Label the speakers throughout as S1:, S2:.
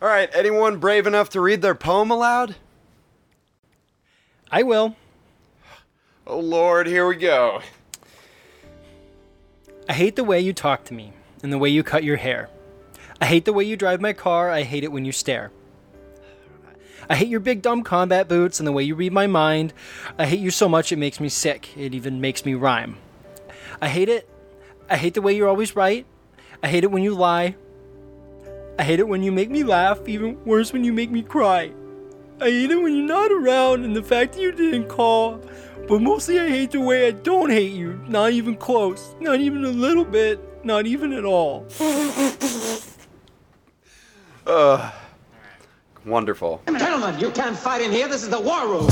S1: All right, anyone brave enough to read their poem aloud?
S2: I will.
S1: Oh Lord, here we go.
S2: I hate the way you talk to me and the way you cut your hair. I hate the way you drive my car. I hate it when you stare. I hate your big dumb combat boots and the way you read my mind. I hate you so much it makes me sick. It even makes me rhyme. I hate it. I hate the way you're always right. I hate it when you lie. I hate it when you make me laugh, even worse when you make me cry. I hate it Uh, when you're not around and the fact that you didn't call. But mostly I hate the way I don't hate you. Not even close. Not even a little bit. Not even at all.
S1: Wonderful.
S3: Gentlemen, you can't fight in here. This is the war room.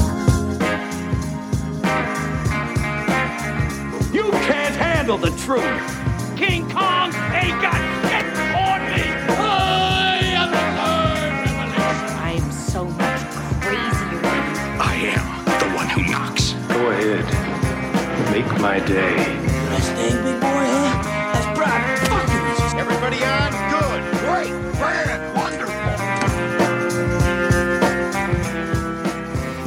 S4: You can't handle the truth. King Kong ain't got shit on me. I am the third revelation.
S5: I am so much crazier than you.
S4: I am the one who knocks.
S6: Go ahead. Make my day.
S4: Everybody on? Good. Great. Grand. Wonderful.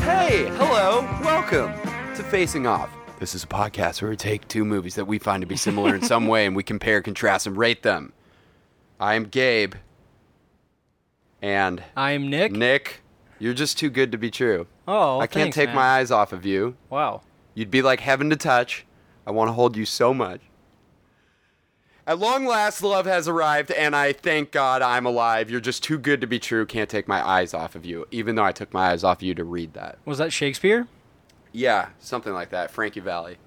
S1: Hey, hello, welcome to Facing Off. This is a podcast where we take two movies that we find to be similar in some way and we compare, contrast, and rate them. I am Gabe. And
S2: I'm Nick.
S1: Nick, you're just too good to be true.
S2: Oh,
S1: I can't
S2: thanks,
S1: take
S2: man.
S1: my eyes off of you.
S2: Wow.
S1: You'd be like heaven to touch. I want to hold you so much. At long last, love has arrived, and I thank God I'm alive. You're just too good to be true. Can't take my eyes off of you, even though I took my eyes off you to read that.
S2: Was that Shakespeare?
S1: Yeah, something like that. Frankie Valley.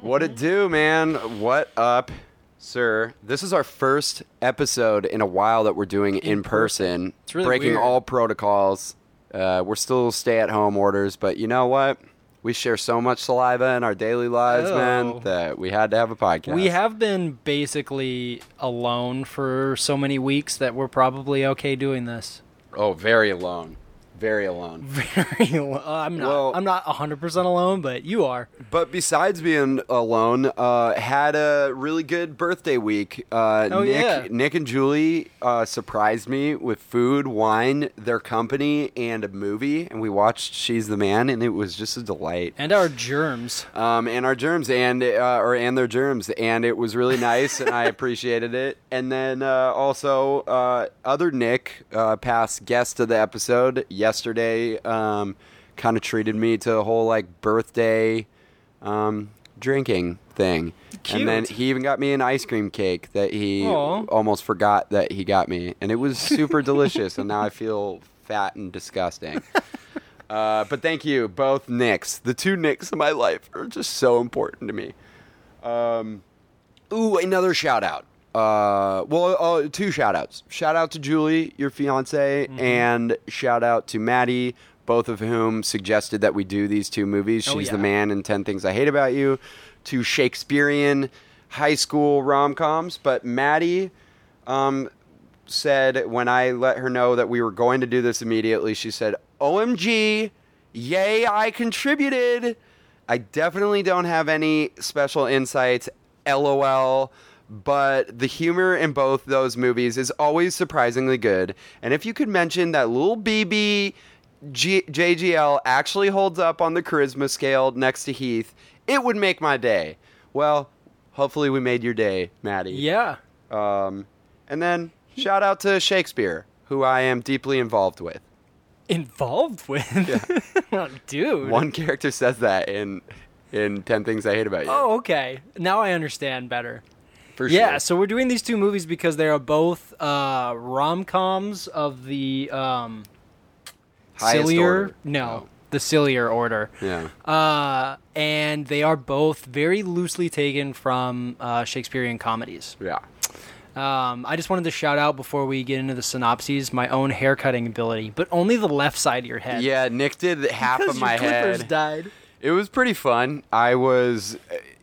S1: what it do, man? What up, sir? This is our first episode in a while that we're doing in, person. It's
S2: really
S1: breaking
S2: weird.
S1: all protocols. Uh, we're still stay-at-home orders, but you know what? We share so much saliva in our daily lives,
S2: Oh.
S1: man, that we had to have a podcast.
S2: We have been basically alone for so many weeks that we're probably okay doing this.
S1: Oh, very alone. Very alone.
S2: Very. al- I'm not.
S1: Well-
S2: I'm not 100% alone, but you are.
S1: But besides being alone, uh, had a really good birthday week. Uh,
S2: Oh,
S1: Nick,
S2: yeah.
S1: Nick and Julie uh, surprised me with food, wine, their company, and a movie. And we watched She's the Man, and it was just a delight.
S2: And our germs.
S1: Um, and our germs, and uh, or and their germs, and it was really nice, and I appreciated it. And then uh, also, uh, other Nick, uh, past guest of the episode yesterday, um, kind of treated me to a whole like birthday um, drinking thing.
S2: Cute.
S1: And then he even got me an ice cream cake that he
S2: Aw.
S1: almost forgot that he got me, and it was super delicious. And now I feel fat and disgusting. Uh, but thank you, both Knicks. The two Knicks in my life are just so important to me. Um, ooh, another shout out. Uh, well, uh, two shout outs. Shout out to Julie, your fiance,
S2: Mm-hmm.
S1: and shout out to Maddie, both of whom suggested that we do these two movies.
S2: Oh,
S1: She's
S2: yeah.
S1: the man and 10 Things I Hate About You, to Shakespearean high school rom coms. But Maddie, um, said when I let her know that we were going to do this immediately, she said, OMG, yay, I contributed. I definitely don't have any special insights, lol, but the humor in both those movies is always surprisingly good. And if you could mention that little BB G- JGL actually holds up on the charisma scale next to Heath, it would make my day. Well, hopefully we made your day, Maddie.
S2: Yeah.
S1: Um, and then shout out to Shakespeare, who I am deeply involved with.
S2: Involved with. Oh, Dude.
S1: One character says that in in Ten Things I Hate About You.
S2: Oh, okay. Now I understand better.
S1: for
S2: Yeah, so we're doing these two movies because they are both uh, rom coms of the um,
S1: Highest
S2: sillier.
S1: order. Oh.
S2: No, the sillier order.
S1: Yeah.
S2: Uh, and they are both very loosely taken from uh, Shakespearean comedies.
S1: yeah.
S2: Um, I just wanted to shout out before we get into the synopses my own hair cutting ability, but only the left side of your head.
S1: Yeah, Nick did half
S2: Because
S1: of my
S2: your clippers
S1: head.
S2: died.
S1: It was pretty fun. I was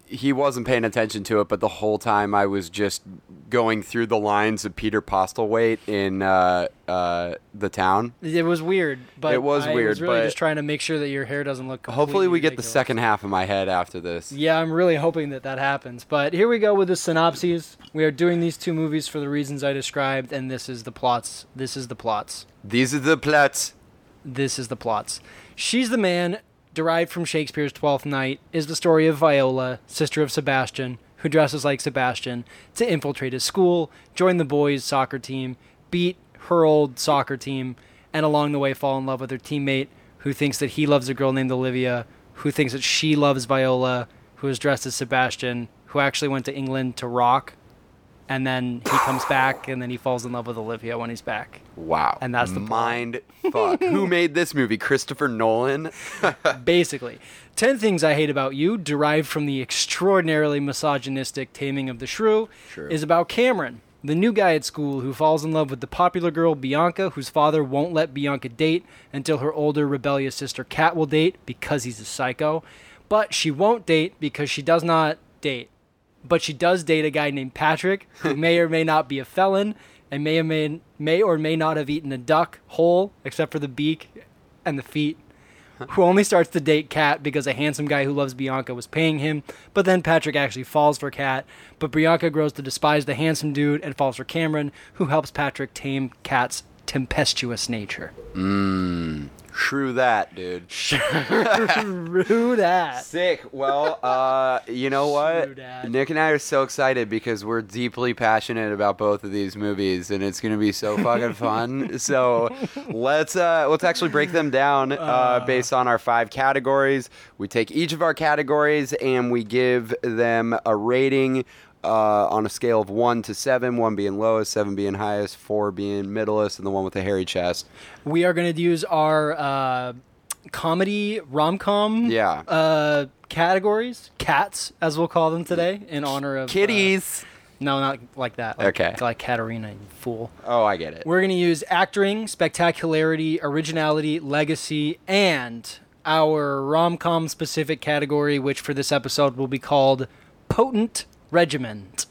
S1: he wasn't paying attention to it, but the whole time I was just going through the lines of Peter Postlewaite in uh, uh, the town.
S2: It was weird, but
S1: It was
S2: I
S1: weird,
S2: Was really
S1: but-
S2: just trying to make sure that your hair doesn't look.
S1: Hopefully,
S2: completely
S1: we get the
S2: ridiculous.
S1: second half of my head after this.
S2: Yeah, I'm really hoping that that happens. But here we go with the synopses. We are doing these two movies for the reasons I described, and this is the plots. This is the plots.
S1: These are the plots.
S2: This is the plots. She's the Man, derived from Shakespeare's Twelfth Night, is the story of Viola, sister of Sebastian, who dresses like Sebastian, to infiltrate his school, join the boys' soccer team, beat her old soccer team, and along the way fall in love with her teammate, who thinks that he loves a girl named Olivia, who thinks that she loves Viola, who is dressed as Sebastian, who actually went to England to rock. And then he comes back, and then he falls in love with Olivia when he's back.
S1: Wow.
S2: And that's the plot.
S1: mind fuck. Who made this movie? Christopher Nolan.
S2: basically. 10 Things I Hate About You, derived from the extraordinarily misogynistic Taming of the Shrew, is about Cameron, the new guy at school who falls in love with the popular girl Bianca, whose father won't let Bianca date until her older rebellious sister Kat will date because he's a psycho. But she won't date because she does not date. But she does date a guy named Patrick, who may or may not be a felon, and may or may, may or may not have eaten a duck whole, except for the beak and the feet who only starts to date Kat because a handsome guy who loves Bianca was paying him. But then Patrick actually falls for Kat, but Bianca grows to despise the handsome dude and falls for Cameron, who helps Patrick tame Kat's tempestuous nature.
S1: True that, dude.
S2: True that.
S1: Sick. Well, uh, you know
S2: True
S1: what?
S2: dat.
S1: Nick and I are so excited because we're deeply passionate about both of these movies, and it's gonna be so fucking fun. so let's uh, let's actually break them down uh, based on our five categories. We take each of our categories and we give them a rating. Uh, on a scale of one to seven, one being lowest, seven being highest, four being middlest, and the one with the hairy chest.
S2: We are going to use our uh, comedy rom com
S1: Yeah.
S2: uh, categories, cats, as we'll call them today, in honor of uh,
S1: Kitties.
S2: no, not like that. Like,
S1: Okay.
S2: Like Katerina, you fool.
S1: oh, I get it.
S2: We're going to use acting, spectacularity, originality, legacy, and our rom com specific category, which for this episode will be called Potent Regiment.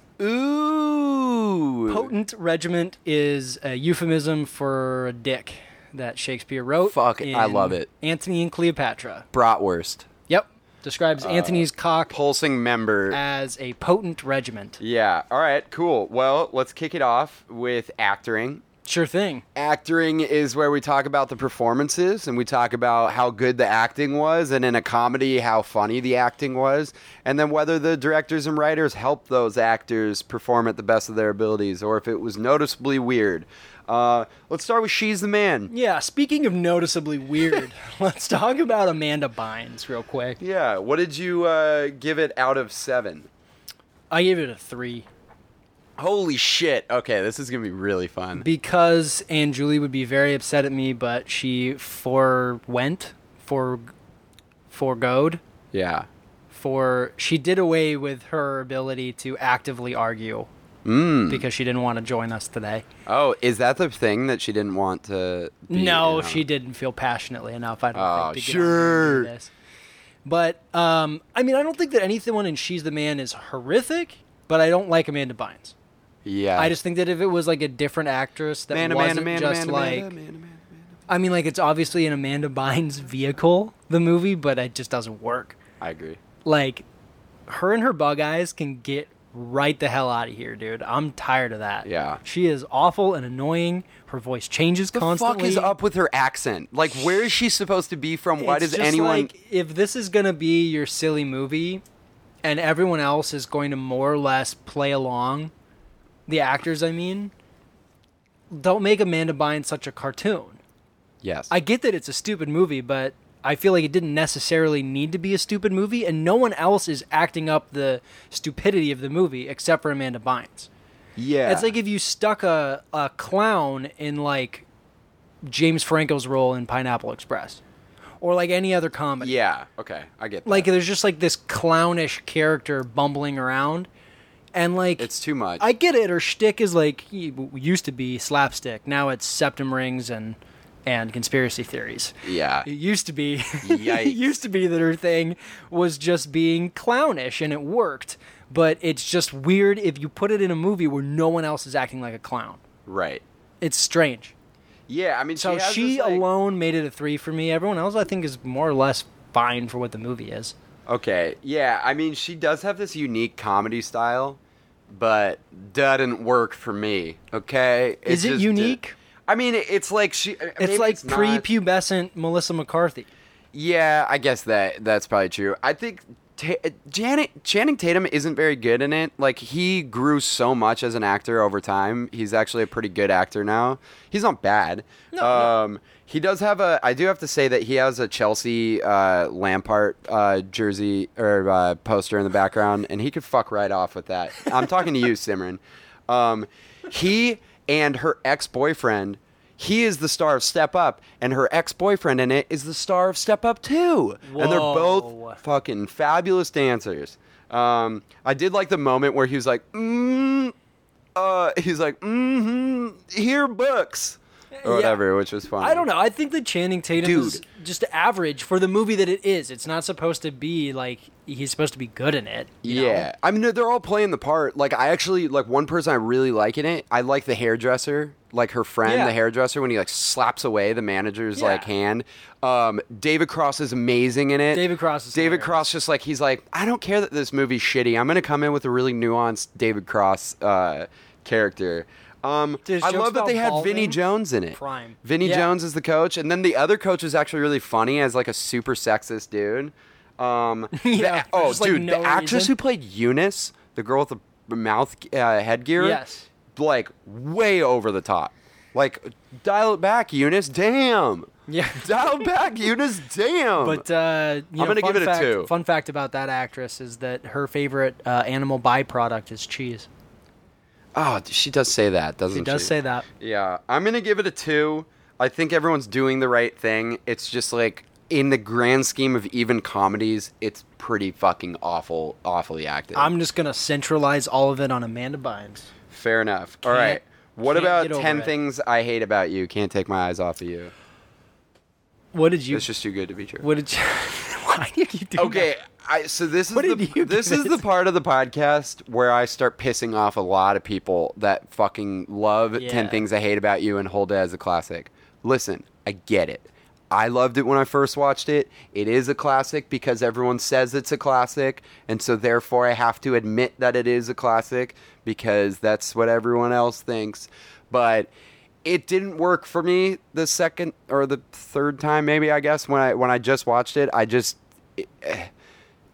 S1: Ooh.
S2: Potent Regiment is a euphemism for a dick that Shakespeare wrote.
S1: Fuck, I
S2: in
S1: love it.
S2: Antony and Cleopatra.
S1: Bratwurst.
S2: Yep. Describes
S1: Uh,
S2: Antony's cock
S1: Pulsing member.
S2: as a potent regiment.
S1: yeah. All right. Cool. Well, let's kick it off with acting.
S2: Sure thing.
S1: Acting is where we talk about the performances and we talk about how good the acting was, and in a comedy, how funny the acting was, and then whether the directors and writers helped those actors perform at the best of their abilities or if it was noticeably weird. Uh, let's start with She's the Man.
S2: Yeah, speaking of noticeably weird, let's talk about Amanda Bynes real quick.
S1: Yeah. What did you uh, give it out of seven?
S2: I gave it a three
S1: Holy shit. Okay. This is going to be really fun.
S2: because Aunt Julie would be very upset at me, but she forewent, for, foregoed,
S1: yeah.
S2: for she did away with her ability to actively argue
S1: Hmm.
S2: because she didn't want to join us today.
S1: Oh, is that the thing that she didn't want to? Be
S2: no,
S1: in on?
S2: she didn't feel passionately enough. I don't
S1: Oh,
S2: think to get on here and
S1: sure.
S2: do this. But um, I mean, I don't think that anyone in She's the Man is horrific, but I don't like Amanda Bynes.
S1: Yeah,
S2: I just think that if it was like a different actress that
S1: Ah. man,
S2: wasn't
S1: man, man,
S2: just
S1: man,
S2: like
S1: man, man, man.
S2: I mean, like it's obviously an Amanda Bynes vehicle, the movie, but it just doesn't work.
S1: I agree.
S2: Like, her and her bug eyes can get right the hell out of here, dude. I'm tired of that.
S1: Yeah.
S2: she is awful and annoying. Her voice changes
S1: Fuck
S2: constantly.
S1: is up with her accent? Like, where is she supposed to be from? Why does
S2: It's just
S1: anyone?
S2: like, if this is gonna be your silly movie, and everyone else is going to more or less play along, the actors, I mean, don't make Amanda Bynes such a cartoon.
S1: yes,
S2: I get that it's a stupid movie, but I feel like it didn't necessarily need to be a stupid movie, and no one else is acting up the stupidity of the movie except for Amanda Bynes.
S1: yeah.
S2: It's like if you stuck a, a clown in like James Franco's role in Pineapple Express, or like any other comedy.
S1: yeah. Okay, I get. That.
S2: Like there's just like this clownish character bumbling around, and like
S1: it's too much.
S2: I get it. Her shtick is like y- used to be slapstick. Now it's septum rings and and conspiracy theories.
S1: Yeah.
S2: It used to be it used to be that her thing was just being clownish and it worked, but it's just weird if you put it in a movie where no one else is acting like a clown.
S1: Right.
S2: It's strange.
S1: Yeah. I mean,
S2: So
S1: has
S2: she
S1: this, like-
S2: alone made it a 3 for me. Everyone else I think is more or less fine for what the movie is.
S1: Okay. Yeah. I mean, she does have this unique comedy style, but doesn't work for me. Okay.
S2: Is it
S1: just
S2: unique?
S1: I mean, it's like she. uh, maybe
S2: it's like
S1: not-
S2: prepubescent Melissa McCarthy.
S1: Yeah, I guess that that's probably true. I think Ta- Janet Channing Tatum isn't very good in it. Like he grew so much as an actor over time. He's actually a pretty good actor now. He's not bad. No, um he does have a I do have to say that he has a Chelsea uh Lampart uh jersey or uh, poster in the background and he could fuck right off with that. I'm talking to you, Simran. Um he and her ex-boyfriend he is the star of Step Up, and her ex boyfriend in it is the star of Step Up 2. And they're
S2: Whoa.
S1: both fucking fabulous dancers. Um, I did like the moment where he was like, mm, uh, he's like, mm hmm, here books. Or
S2: Yeah.
S1: whatever, which was funny.
S2: I don't know. I think that Channing Tatum is
S1: Dude.
S2: just average for the movie that it is. It's not supposed to be like he's supposed to be good in it. you know?
S1: Yeah, I mean they're- they're all playing the part. Like I actually like one person I really like in it. I like the hairdresser, like her friend,
S2: Yeah.
S1: the hairdresser, when he like slaps away the manager's
S2: Yeah.
S1: like hand. Um, David Cross is amazing in it.
S2: David Cross is
S1: David
S2: hilarious.
S1: Cross just like he's like I don't care that this movie's shitty. I'm gonna come in with a really nuanced David Cross uh, character. Um,
S2: His
S1: I
S2: jokes
S1: love that
S2: about
S1: they had Vinny
S2: balding?
S1: Jones in it.
S2: Prime.
S1: Vinny
S2: Yeah.
S1: Jones is the coach, and then the other coach is actually really funny as like a super sexist dude. Um, the-
S2: Yeah, for
S1: oh,
S2: just, like,
S1: dude,
S2: no
S1: the actress
S2: reason.
S1: who played Eunice, the girl with the mouth uh, headgear,
S2: Yes.
S1: like way over the top. Like, dial it back, Eunice. Damn.
S2: Yeah.
S1: dial it back, Eunice. Damn.
S2: But uh, you
S1: I'm
S2: know,
S1: gonna
S2: fun
S1: give it a
S2: fact,
S1: two.
S2: Fun fact about that actress is that her favorite uh, animal byproduct is cheese.
S1: oh, she does say that, doesn't she?
S2: She does say that.
S1: Yeah, I'm gonna give it a two. I think everyone's doing the right thing. It's just like in the grand scheme of even comedies, it's pretty fucking awful, awfully acted.
S2: I'm just gonna centralize all of it on Amanda Bynes.
S1: Fair enough. All
S2: Can't-
S1: right. What
S2: can't
S1: about
S2: get over
S1: ten
S2: it.
S1: things I hate about you? Can't take my eyes off of you.
S2: What did you?
S1: It's just too good to be true.
S2: what did you? why did you do
S1: Okay,
S2: that?
S1: I so this is
S2: What
S1: the
S2: did you
S1: this
S2: give
S1: is
S2: it?
S1: the part of the podcast where I start pissing off a lot of people that fucking love
S2: Yeah.
S1: 10 Things I Hate About You and hold it as a classic. Listen, I get it. I loved it when I first watched it. It is a classic because everyone says it's a classic, and so therefore I have to admit that it is a classic because that's what everyone else thinks. But it didn't work for me the second or the third time maybe I guess when I when I just watched it. I just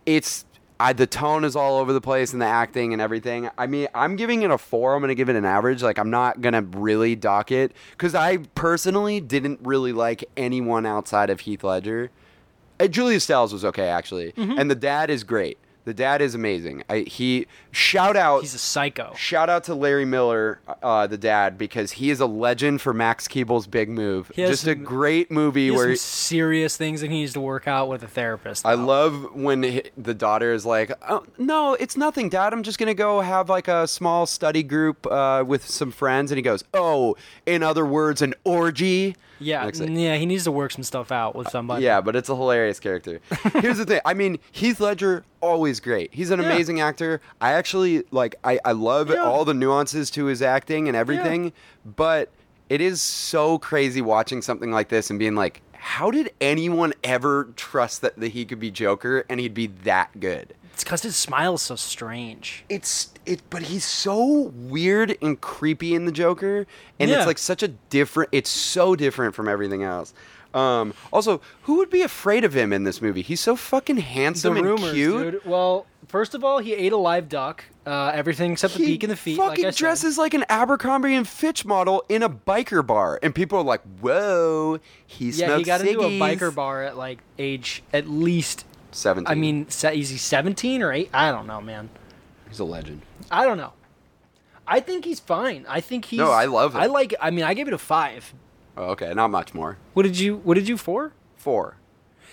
S1: it's I, the tone is all over the place and the acting and everything. I mean, I'm giving it a four. I'm gonna give it an average. Like, I'm not gonna really dock it because I personally didn't really like anyone outside of Heath Ledger. Uh, Julia Stiles was okay actually,
S2: Mm-hmm.
S1: and the dad is great. The dad is amazing. I, he shout out.
S2: He's a psycho.
S1: Shout out to Larry Miller, uh, the dad, because he is a legend for Max Keeble's Big Move.
S2: He has
S1: Just a
S2: some-
S1: great movie
S2: He has
S1: where
S2: some serious things that he needs to work out with a therapist.
S1: I
S2: though.
S1: love when h- the daughter is like, oh, "No, it's nothing, Dad. I'm just gonna go have like a small study group uh, with some friends." And he goes, "Oh, in other words, an orgy."
S2: Yeah,
S1: And it's like-
S2: yeah, he needs to work some stuff out with somebody.
S1: Uh, yeah, but it's a hilarious character. Here's the thing. I mean, Heath Ledger always great. He's an
S2: Yeah.
S1: amazing actor. I actually like. I I love
S2: Yeah.
S1: all the nuances to his acting and everything. But it is so crazy watching something like this and being like, how did anyone ever trust that, that he could be Joker and he'd be that good?
S2: it's because his smile is so strange.
S1: it's it but he's so weird and creepy in the joker and
S2: Yeah.
S1: it's like such a different it's so different from everything else um also who would be afraid of him in this movie he's so fucking handsome and cute
S2: dude. Well, first of all, he ate a live duck. Uh, everything except the
S1: He
S2: beak and the feet. like
S1: fucking
S2: I said.
S1: dresses like an Abercrombie and Fitch model in a biker bar, and people are like, "Whoa, he
S2: Yeah, he
S1: smokes
S2: got into a
S1: ciggies."
S2: biker bar at like age at least.
S1: Seventeen.
S2: I mean, se- is he seventeen or eight? I don't know, man.
S1: he's a legend.
S2: I don't know. I think he's fine. I think he's.
S1: No, I love
S2: I
S1: it.
S2: like. I mean, I gave it a five.
S1: Oh, okay, not much more.
S2: What did you? What did you for?
S1: four.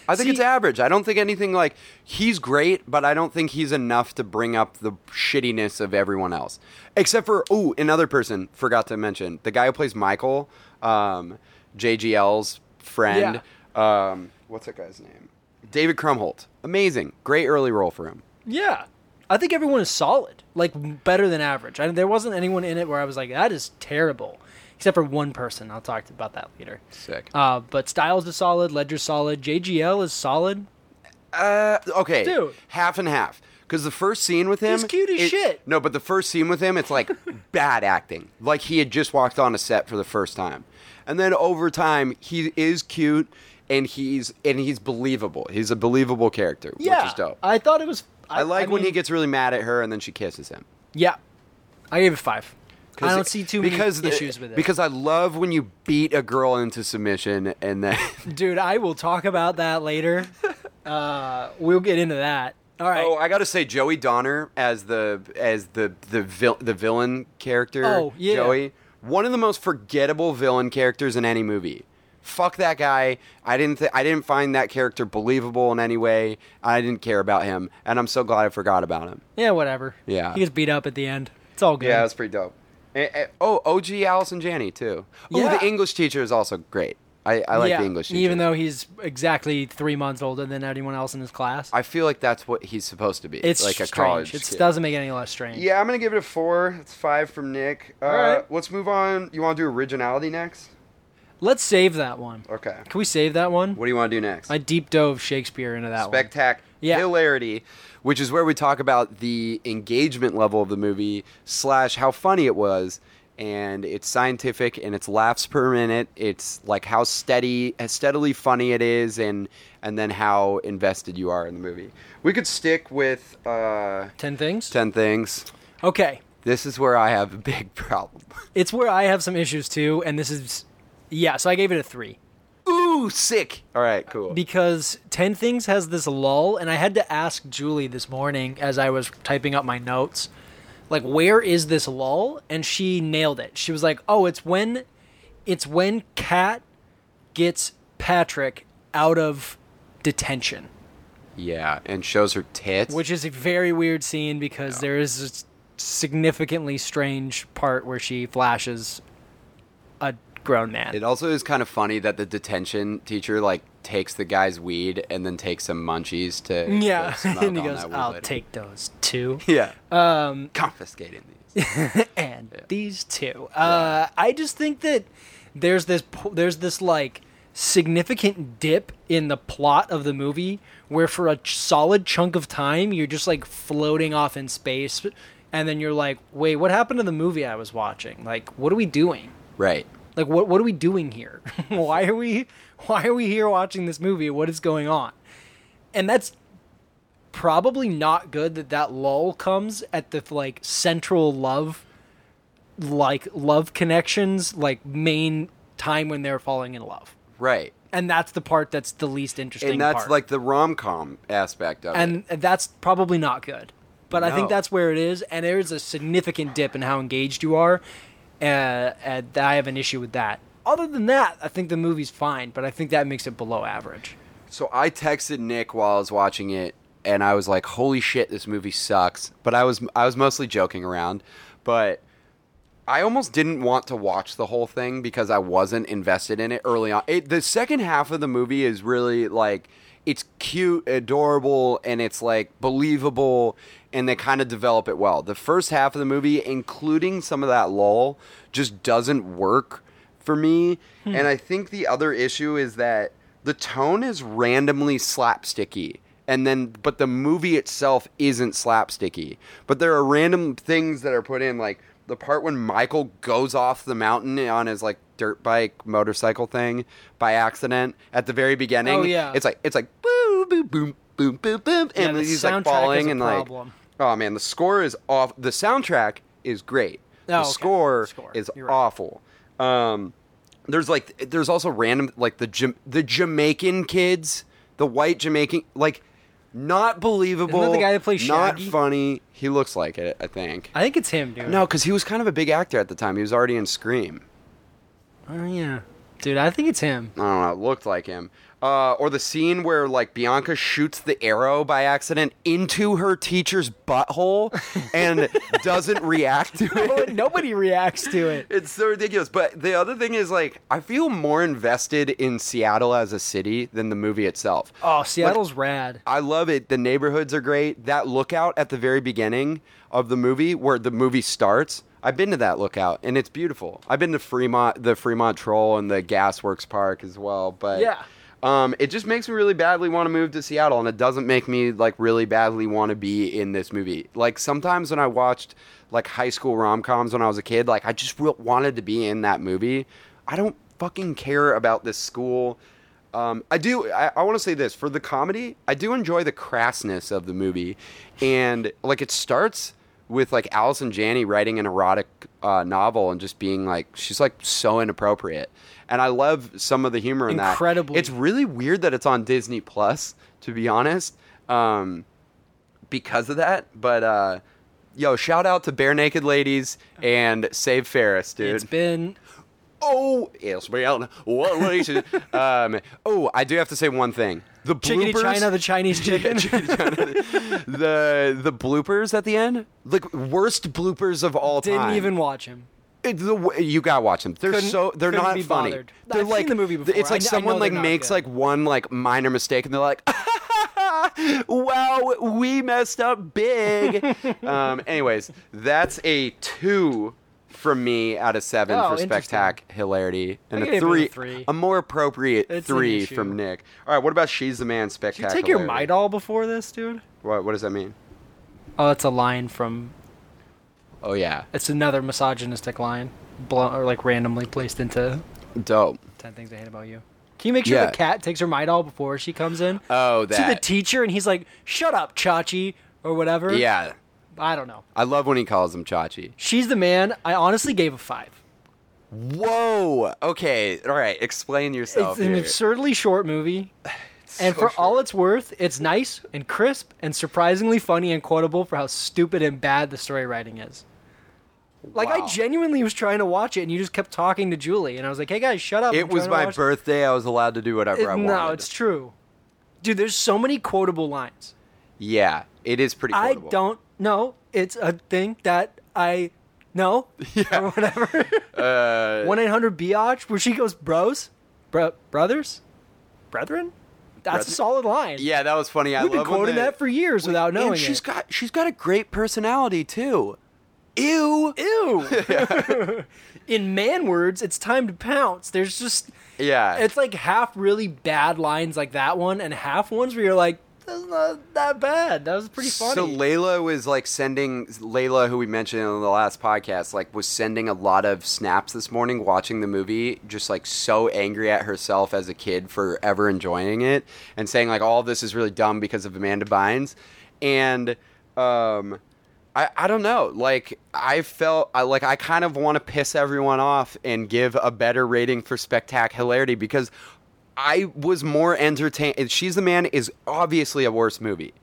S1: I think
S2: See-
S1: it's average. I don't think anything like he's great, but I don't think he's enough to bring up the shittiness of everyone else. Except for oh, another person forgot to mention the guy who plays Michael. Um, JGL's friend. Um, what's that guy's name? David Krumholt. Amazing. Great early role for him.
S2: Yeah. I think everyone is solid, like better than average. I, there wasn't anyone in it where I was like, that is terrible, except for one person. I'll talk about that later.
S1: Sick.
S2: Uh, but Styles is solid, Ledger's solid, JGL is solid.
S1: Okay,
S2: Dude.
S1: half and half. Because the first scene with him,
S2: He's cute as
S1: it-
S2: shit.
S1: No, but the first scene with him, it's like bad acting. Like he had just walked on a set for the first time, and then over time, he is cute and he's and he's believable. He's a believable character,
S2: Yeah,
S1: which is dope. I,
S2: I thought it was. I,
S1: like when he
S2: mean,
S1: gets really mad at her and then she kisses him.
S2: Yeah, I gave it five.
S1: 'Cause
S2: I don't
S1: it-
S2: see too
S1: because
S2: many
S1: the-
S2: issues with it.
S1: Because I love when you beat a girl into submission and then.
S2: dude, I will talk about that later. uh, we'll get into that. All right.
S1: Oh, I gotta say, Joey Donner as the as the the vil- the villain character.
S2: Oh, yeah.
S1: Joey, one of the most forgettable villain characters in any movie. Fuck that guy. I didn't th- I didn't find that character believable in any way. I didn't care about him, and I'm so glad I forgot about him.
S2: yeah, whatever.
S1: Yeah.
S2: he gets beat up at the end. It's all good.
S1: Yeah, that's pretty dope. And- and- oh, OG Allison Janney too. Oh,
S2: Yeah.
S1: the English teacher is also great. I, I like
S2: Yeah,
S1: the English teacher.
S2: even though he's exactly three months older than anyone else in his class.
S1: I feel like that's what he's supposed to be.
S2: it's
S1: like a
S2: strange.
S1: college.
S2: It
S1: kid.
S2: doesn't make it any less strange.
S1: Yeah, I'm gonna give it a four. It's five from Nick. Uh,
S2: right.
S1: Let's move on. You want to do originality next?
S2: Let's save that one.
S1: Okay.
S2: Can we save that one?
S1: What do you want to do next?
S2: I deep dove Shakespeare into that one.
S1: Spectac
S2: Yeah.
S1: hilarity, which is where we talk about the engagement level of the movie slash how funny it was, and it's scientific and it's laughs per minute. It's like how steady, how steadily funny it is, and and then how invested you are in the movie. We could stick with uh,
S2: Ten things.
S1: ten things.
S2: Okay,
S1: This is where I have a big problem.
S2: it's where I have some issues too, and this is, yeah. So I gave it a three.
S1: Ooh, sick. All right, cool.
S2: because 10 things has this lull and i had to ask julie this morning as i was typing up my notes like where is this lull and she nailed it she was like oh it's when it's when kat gets patrick out of detention
S1: Yeah, and shows her tits.
S2: which is a very weird scene because there is a s- significantly strange part where she flashes a grown man
S1: it also is kind of funny that the detention teacher like takes the guy's weed and then takes some munchies to
S2: yeah
S1: to smoke
S2: and he
S1: on
S2: goes
S1: that weed
S2: i'll
S1: later."
S2: take those too
S1: yeah um confiscating these.
S2: and these two. Uh, I just think that there's this po- there's this like significant dip in the plot of the movie where for a ch- solid chunk of time you're just like floating off in space and then you're like wait what happened to the movie i was watching like what are we doing
S1: right.
S2: like what what are we doing here? why are we why are we here watching this movie? What is going on? And that's probably not good that that lull comes at the like central love like love connections like main time when they're falling in love.
S1: Right.
S2: And that's the part that's the least interesting
S1: And that's
S2: part.
S1: like the rom-com aspect of it.
S2: and that's probably not good. But I
S1: No.
S2: think that's where it is and there is a significant dip in how engaged you are. Uh, uh, I have an issue with that. Other than that, I think the movie's fine, but I think that makes it below average.
S1: So I texted Nick while I was watching it, and I was like, "Holy shit, this movie sucks!" But I was I was mostly joking around, but I almost didn't want to watch the whole thing because I wasn't invested in it early on. It, the second half of the movie is really like it's cute, adorable, and it's like believable, and they kind of develop it well. The first half of the movie, including some of that lull, just doesn't work for me.
S2: Hmm.
S1: And I think the other issue is that the tone is randomly slapsticky. And then, but the movie itself isn't slapsticky. But there are random things that are put in, like the part when Michael goes off the mountain on his like dirt bike motorcycle thing by accident at the very beginning.
S2: Oh, yeah.
S1: it's like it's like boom boom boom boom boom boom, and
S2: the
S1: he's like
S2: soundtrack is
S1: falling
S2: a
S1: and
S2: problem.
S1: like oh man, the score is off. The soundtrack is great. the
S2: Oh, okay.
S1: score,
S2: Score.
S1: is
S2: You're right.
S1: awful. Um, there's like there's also random like the Jam- the Jamaican kids, the white Jamaican like not believable.
S2: Isn't that the guy that plays
S1: Not
S2: Shaggy?
S1: funny. He looks like it, I think.
S2: I think it's him, dude.
S1: No, because he was kind of a big actor at the time. He was already in Scream.
S2: Oh, yeah. Dude, I think it's him.
S1: I don't know, it looked like him. Uh, or the scene where like Bianca shoots the arrow by accident into her teacher's butthole and doesn't react to it.
S2: Nobody reacts to it.
S1: It's so ridiculous. But the other thing is like I feel more invested in Seattle as a city than the movie itself.
S2: Oh, Seattle's rad.
S1: I love it. The neighborhoods are great. That lookout at the very beginning of the movie, where the movie starts, I've been to that lookout and it's beautiful. I've been to Fremont, the Fremont Troll, and the Gasworks Park as well. But
S2: Yeah.
S1: um, it just makes me really badly want to move to Seattle, and it doesn't make me like really badly want to be in this movie. Like sometimes when I watched like high school rom coms when I was a kid, like I just real wanted to be in that movie. I don't fucking care about this school. Um, I do. I, I want to say this for the comedy. I do enjoy the crassness of the movie, and like it starts with like Allison Janney writing an erotic uh, novel and just being like she's like so inappropriate, and I love some of the humor in that.
S2: Incredibly.
S1: It's really weird that it's on Disney Plus. To be honest, um, because of that, but. uh Yo, shout out to Bare Naked Ladies and Save Ferris, dude.
S2: It's been
S1: Oh, yes, we all know what races. um, oh, I do have to say one thing. The
S2: Chickadee
S1: bloopers,
S2: China, the Chinese chicken.
S1: the the bloopers at the end, like worst bloopers of all
S2: Didn't
S1: time.
S2: even watch him.
S1: It- the way- you gotta watch them. They're
S2: Couldn't-
S1: so they're
S2: couldn't
S1: not
S2: be
S1: funny.
S2: bothered.
S1: They're
S2: I've seen
S1: like
S2: the movie before.
S1: It's like
S2: I kn- I
S1: someone
S2: know
S1: like
S2: they're not
S1: makes
S2: good.
S1: like one like minor mistake and they're like, wow, we messed up big. um, anyways, that's a two from me out of seven
S2: Oh,
S1: for
S2: interesting.
S1: spectac hilarity and
S2: I
S1: a
S2: gave it a
S1: three,
S2: three.
S1: a more appropriate
S2: It's an
S1: three
S2: issue.
S1: from Nick. All right, what about she's the man
S2: Did you
S1: spectacular?
S2: take your Midol before this, dude?
S1: What, what does that mean?
S2: Oh, it's a line from.
S1: Oh yeah,
S2: It's another misogynistic line, blunt or like randomly placed into
S1: dope.
S2: Ten Things I Hate About You. Can you make sure
S1: Yeah.
S2: the cat takes her Midol before she comes in?
S1: Oh,
S2: To the
S1: that.
S2: teacher, and he's like, "Shut up, Chachi," or whatever.
S1: Yeah,
S2: I don't know.
S1: I love when he calls him Chachi.
S2: She's the man. I honestly gave a five.
S1: Whoa. Okay. All right. Explain yourself.
S2: It's an
S1: here.
S2: absurdly short movie. and
S1: Oh, so
S2: for all it's worth, it's nice and crisp and surprisingly funny and quotable for how stupid and bad the story writing is. Like
S1: Wow.
S2: I genuinely was trying to watch it and you just kept talking to Julie and I was like, "Hey guys, shut up."
S1: It
S2: I'm
S1: was
S2: trying to
S1: my
S2: watch-"
S1: birthday. I was allowed to do whatever
S2: It-
S1: I wanted.
S2: no, it's true. Dude, there's so many quotable lines.
S1: yeah. It is pretty.
S2: I
S1: quotable.
S2: don't know. It's a thing that I know or whatever.
S1: Uh,
S2: One eight hundred biatch, where she goes, bros, bro, brothers, brethren. That's a
S1: Breth-
S2: solid line.
S1: Yeah, that was funny. I
S2: we've been
S1: love when
S2: quoting
S1: the-
S2: that for years without knowing
S1: And she's
S2: it.
S1: got she's got a great personality too. Ew.
S2: Ew. In man words, it's time to pounce. There's just
S1: Yeah.
S2: it's like half really bad lines like that one, and half ones where you're like, that's not that bad. That was pretty funny.
S1: So Layla was like sending Layla, who we mentioned in the last podcast, like was sending a lot of snaps this morning watching the movie, just like so angry at herself as a kid for ever enjoying it, and saying like all this is really dumb because of Amanda Bynes, and um. I, I don't know. Like I felt I like I kind of want to piss everyone off and give a better rating for spectac hilarity because I was more entertained. She's the Man is obviously a worse movie,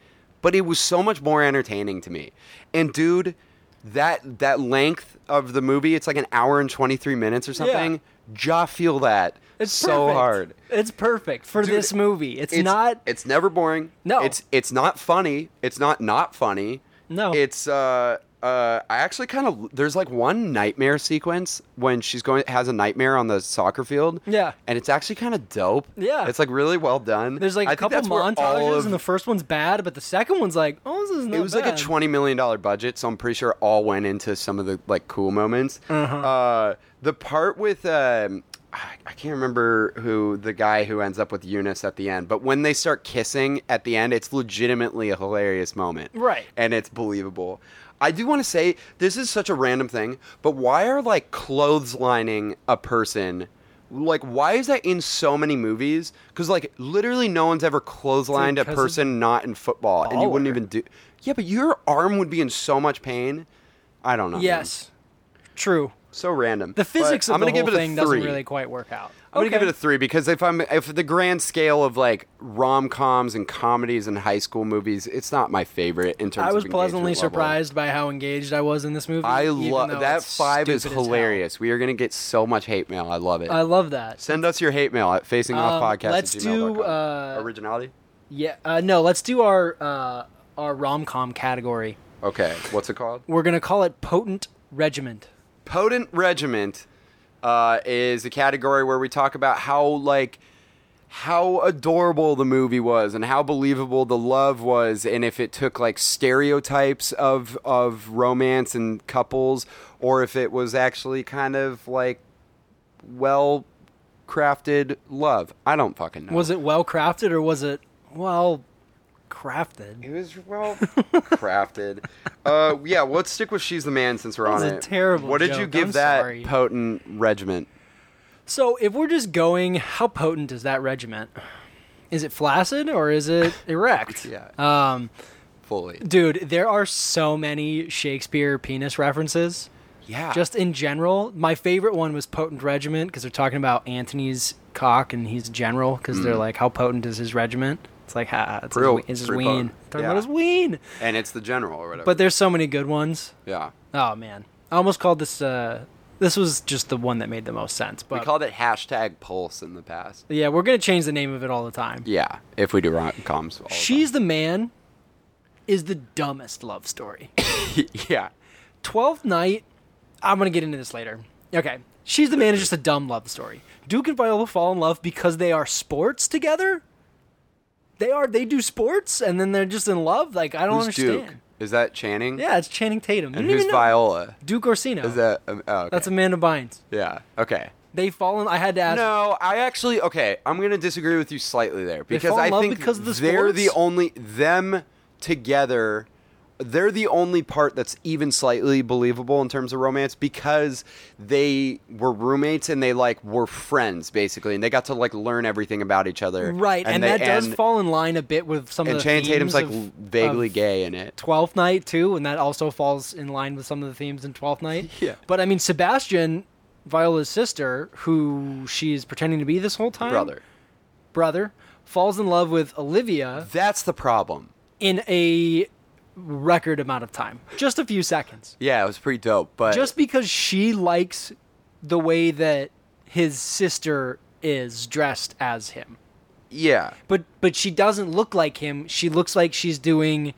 S1: but it was so much more entertaining to me. And dude, that that length of the movie, it's like an hour and twenty three minutes or something. Ja feel that
S2: it's
S1: so
S2: perfect.
S1: hard.
S2: It's perfect for
S1: Dude,
S2: this movie. It's, not.
S1: It's never boring.
S2: No.
S1: It's it's not funny. It's not not funny.
S2: No.
S1: It's uh uh. I actually kind of there's like one nightmare sequence when she's going has a nightmare on the soccer field.
S2: Yeah.
S1: And it's actually kind of dope.
S2: Yeah.
S1: It's like really well done.
S2: There's like
S1: a
S2: a couple montages, and the first one's bad, but the second one's like, oh, this is not
S1: it was like a
S2: bad.
S1: twenty million dollar budget, so I'm pretty sure all went into some of the like cool moments. Uh-huh. the part with um, I I can't remember who the guy who ends up with Eunice at the end, but when they start kissing at the end, it's legitimately a hilarious moment,
S2: Right.
S1: And it's believable. I do want to say this is such a random thing, but why are like clotheslining a person? Like, why is that in so many movies? Because like literally no one's ever clotheslined a
S2: because of
S1: person not in football, and you wouldn't
S2: baller.
S1: even do. Yeah, but your arm would be in so much pain. I don't know. man.
S2: Yes. True.
S1: So random.
S2: The physics
S1: But
S2: of
S1: I'm
S2: the
S1: gonna
S2: whole
S1: give it a
S2: thing does
S1: three.
S2: doesn't really quite work out.
S1: I'm gonna give
S2: Okay.
S1: it a three because if I'm if the grand scale of like rom coms and comedies and high school movies, it's not my favorite in terms.
S2: I was
S1: of
S2: pleasantly
S1: engagement level.
S2: surprised by how engaged I was in this movie.
S1: I
S2: even
S1: love
S2: though
S1: that
S2: it's
S1: five is
S2: stupid as hell.
S1: hilarious. We are gonna get so much hate mail. I love it.
S2: I love that.
S1: Send us your hate mail at facing off
S2: Um,
S1: podcast.
S2: let's do, uh,
S1: originality.
S2: Yeah. Uh, no, let's do our uh, our rom com category.
S1: Okay, what's it called?
S2: We're gonna call it Potent Regiment.
S1: Potent Regiment uh, is a category where we talk about how like how adorable the movie was and how believable the love was and if it took like stereotypes of of romance and couples or if it was actually kind of like well crafted love. I don't fucking know.
S2: Was it well crafted or was it well crafted?
S1: It was well crafted. Uh, yeah, well, let's stick with "She's the Man" since we're
S2: That was
S1: on
S2: a
S1: it.
S2: terrible
S1: What did you
S2: joke.
S1: give
S2: I'm
S1: that
S2: sorry.
S1: potent regiment?
S2: So if we're just going, how potent is that regiment? Is it flaccid or is it erect?
S1: Yeah.
S2: Um,
S1: Fully.
S2: dude, there are so many Shakespeare penis references.
S1: Yeah.
S2: Just in general, my favorite one was Potent Regiment because they're talking about Antony's cock and he's a general because they're like, how potent is his regiment? It's like, ha, it's
S1: Mm. Real-
S2: his, it's his
S1: pretty
S2: ween.
S1: potent.
S2: Talking
S1: Yeah.
S2: about his ween.
S1: and it's the general or whatever.
S2: But there's so many good ones.
S1: yeah,
S2: Oh man, I almost called this. Uh, this was just the one that made the most sense. But
S1: we called it hashtag Pulse in the past.
S2: yeah, we're gonna change the name of it all the time.
S1: Yeah, if we do rom coms.
S2: She's the man is the dumbest love story.
S1: yeah,
S2: Twelfth Night. I'm gonna get into this later. Okay, she's the man is just a dumb love story. Duke and Viola fall in love because they are sports together. They are. They do sports, and then they're just in love. Like I don't
S1: who's
S2: understand.
S1: Duke? Is that Channing?
S2: Yeah, it's Channing Tatum. You
S1: and
S2: don't
S1: who's
S2: even know.
S1: Viola?
S2: Duke Orsino.
S1: Is that? Um, oh, okay.
S2: That's Amanda Bynes.
S1: yeah. Okay.
S2: They fall in. I had to ask.
S1: No, I actually okay. I'm gonna disagree with you slightly there because
S2: fall in
S1: I
S2: love
S1: think
S2: because of the
S1: they're the
S2: sports?
S1: only them together. They're the only part that's even slightly believable in terms of romance because they were roommates and they like were friends basically, and they got to like learn everything about each other.
S2: Right, and,
S1: they-
S2: that does
S1: and-
S2: fall in line a bit with some
S1: And
S2: of the
S1: Channing
S2: themes
S1: Tatum's like
S2: of,
S1: vaguely
S2: of
S1: gay in it.
S2: Twelfth Night too, and that also falls in line with some of the themes in Twelfth Night.
S1: Yeah.
S2: But I mean, Sebastian, Viola's sister, who she's pretending to be this whole time,
S1: Brother,
S2: brother, falls in love with Olivia
S1: that's the problem.
S2: in a record amount of time, just a few seconds,
S1: Yeah, it was pretty dope, but
S2: just because she likes the way that his sister is dressed as him.
S1: yeah,
S2: but but she doesn't look like him. She looks like she's doing.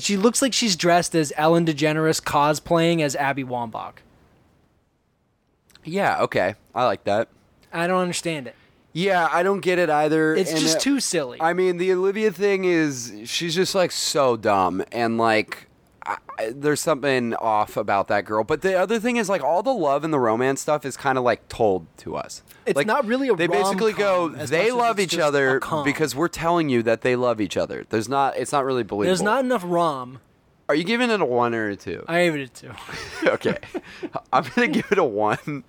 S2: She looks like she's dressed as Ellen DeGeneres cosplaying as Abby Wambach.
S1: yeah, okay, I like that.
S2: I don't understand it.
S1: Yeah, I don't get it either.
S2: It's
S1: and
S2: just
S1: it-
S2: too silly.
S1: I mean, the Olivia thing is she's just like so dumb and like. I, I- there's something off about that girl, but the other thing is like all the love and the romance stuff is kind of like told to us.
S2: It's
S1: Like,
S2: not really a
S1: They basically go,
S2: rom-com as much
S1: they
S2: as
S1: love
S2: it's
S1: each
S2: just a
S1: other
S2: com."
S1: because we're telling you that they love each other. There's not, it's not really believable.
S2: There's not enough rom.
S1: Are you giving it a one or a two?
S2: I gave it a two.
S1: okay, I'm gonna give it a one.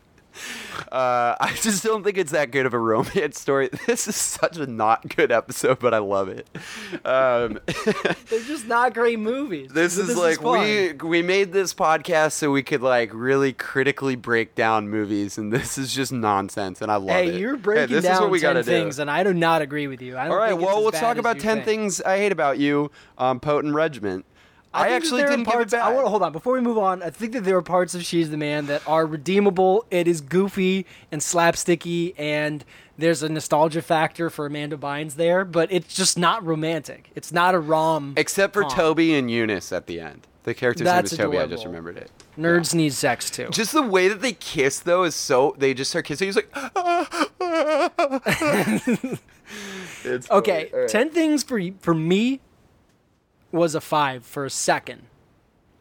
S1: Uh, I just don't think it's that good of a romance story. This is such a not good episode, but I love it. Um,
S2: They're just not great movies.
S1: this
S2: But
S1: is like
S2: fun.
S1: we we made this podcast so we could like really critically break down movies, and this is just nonsense, and I love it.
S2: Hey, you're breaking
S1: this
S2: down
S1: is what we
S2: ten
S1: gotta
S2: things,
S1: do.
S2: and I do not agree with you. I don't
S1: All right,
S2: think it's
S1: well,
S2: as
S1: let's
S2: bad
S1: talk
S2: as
S1: about
S2: you
S1: ten
S2: think.
S1: things I hate about you, um, Potent Regiment. I,
S2: think that
S1: actually
S2: there are
S1: didn't give it
S2: parts- I
S1: back.
S2: want to hold on before we move on. I think that there are parts of She's the Man that are redeemable. It is goofy and slapsticky, and there's a nostalgia factor for Amanda Bynes there, but it's just not romantic. It's not a rom.
S1: Except for
S2: com.
S1: Toby and Eunice at the end. The character's
S2: That's
S1: name is Toby. I just
S2: adorable.
S1: remembered it.
S2: Nerds need sex too.
S1: Just the way that they kiss though is so they just start kissing. He's like, It's funny.
S2: okay,
S1: All right.
S2: ten things for y- for me was a five for a second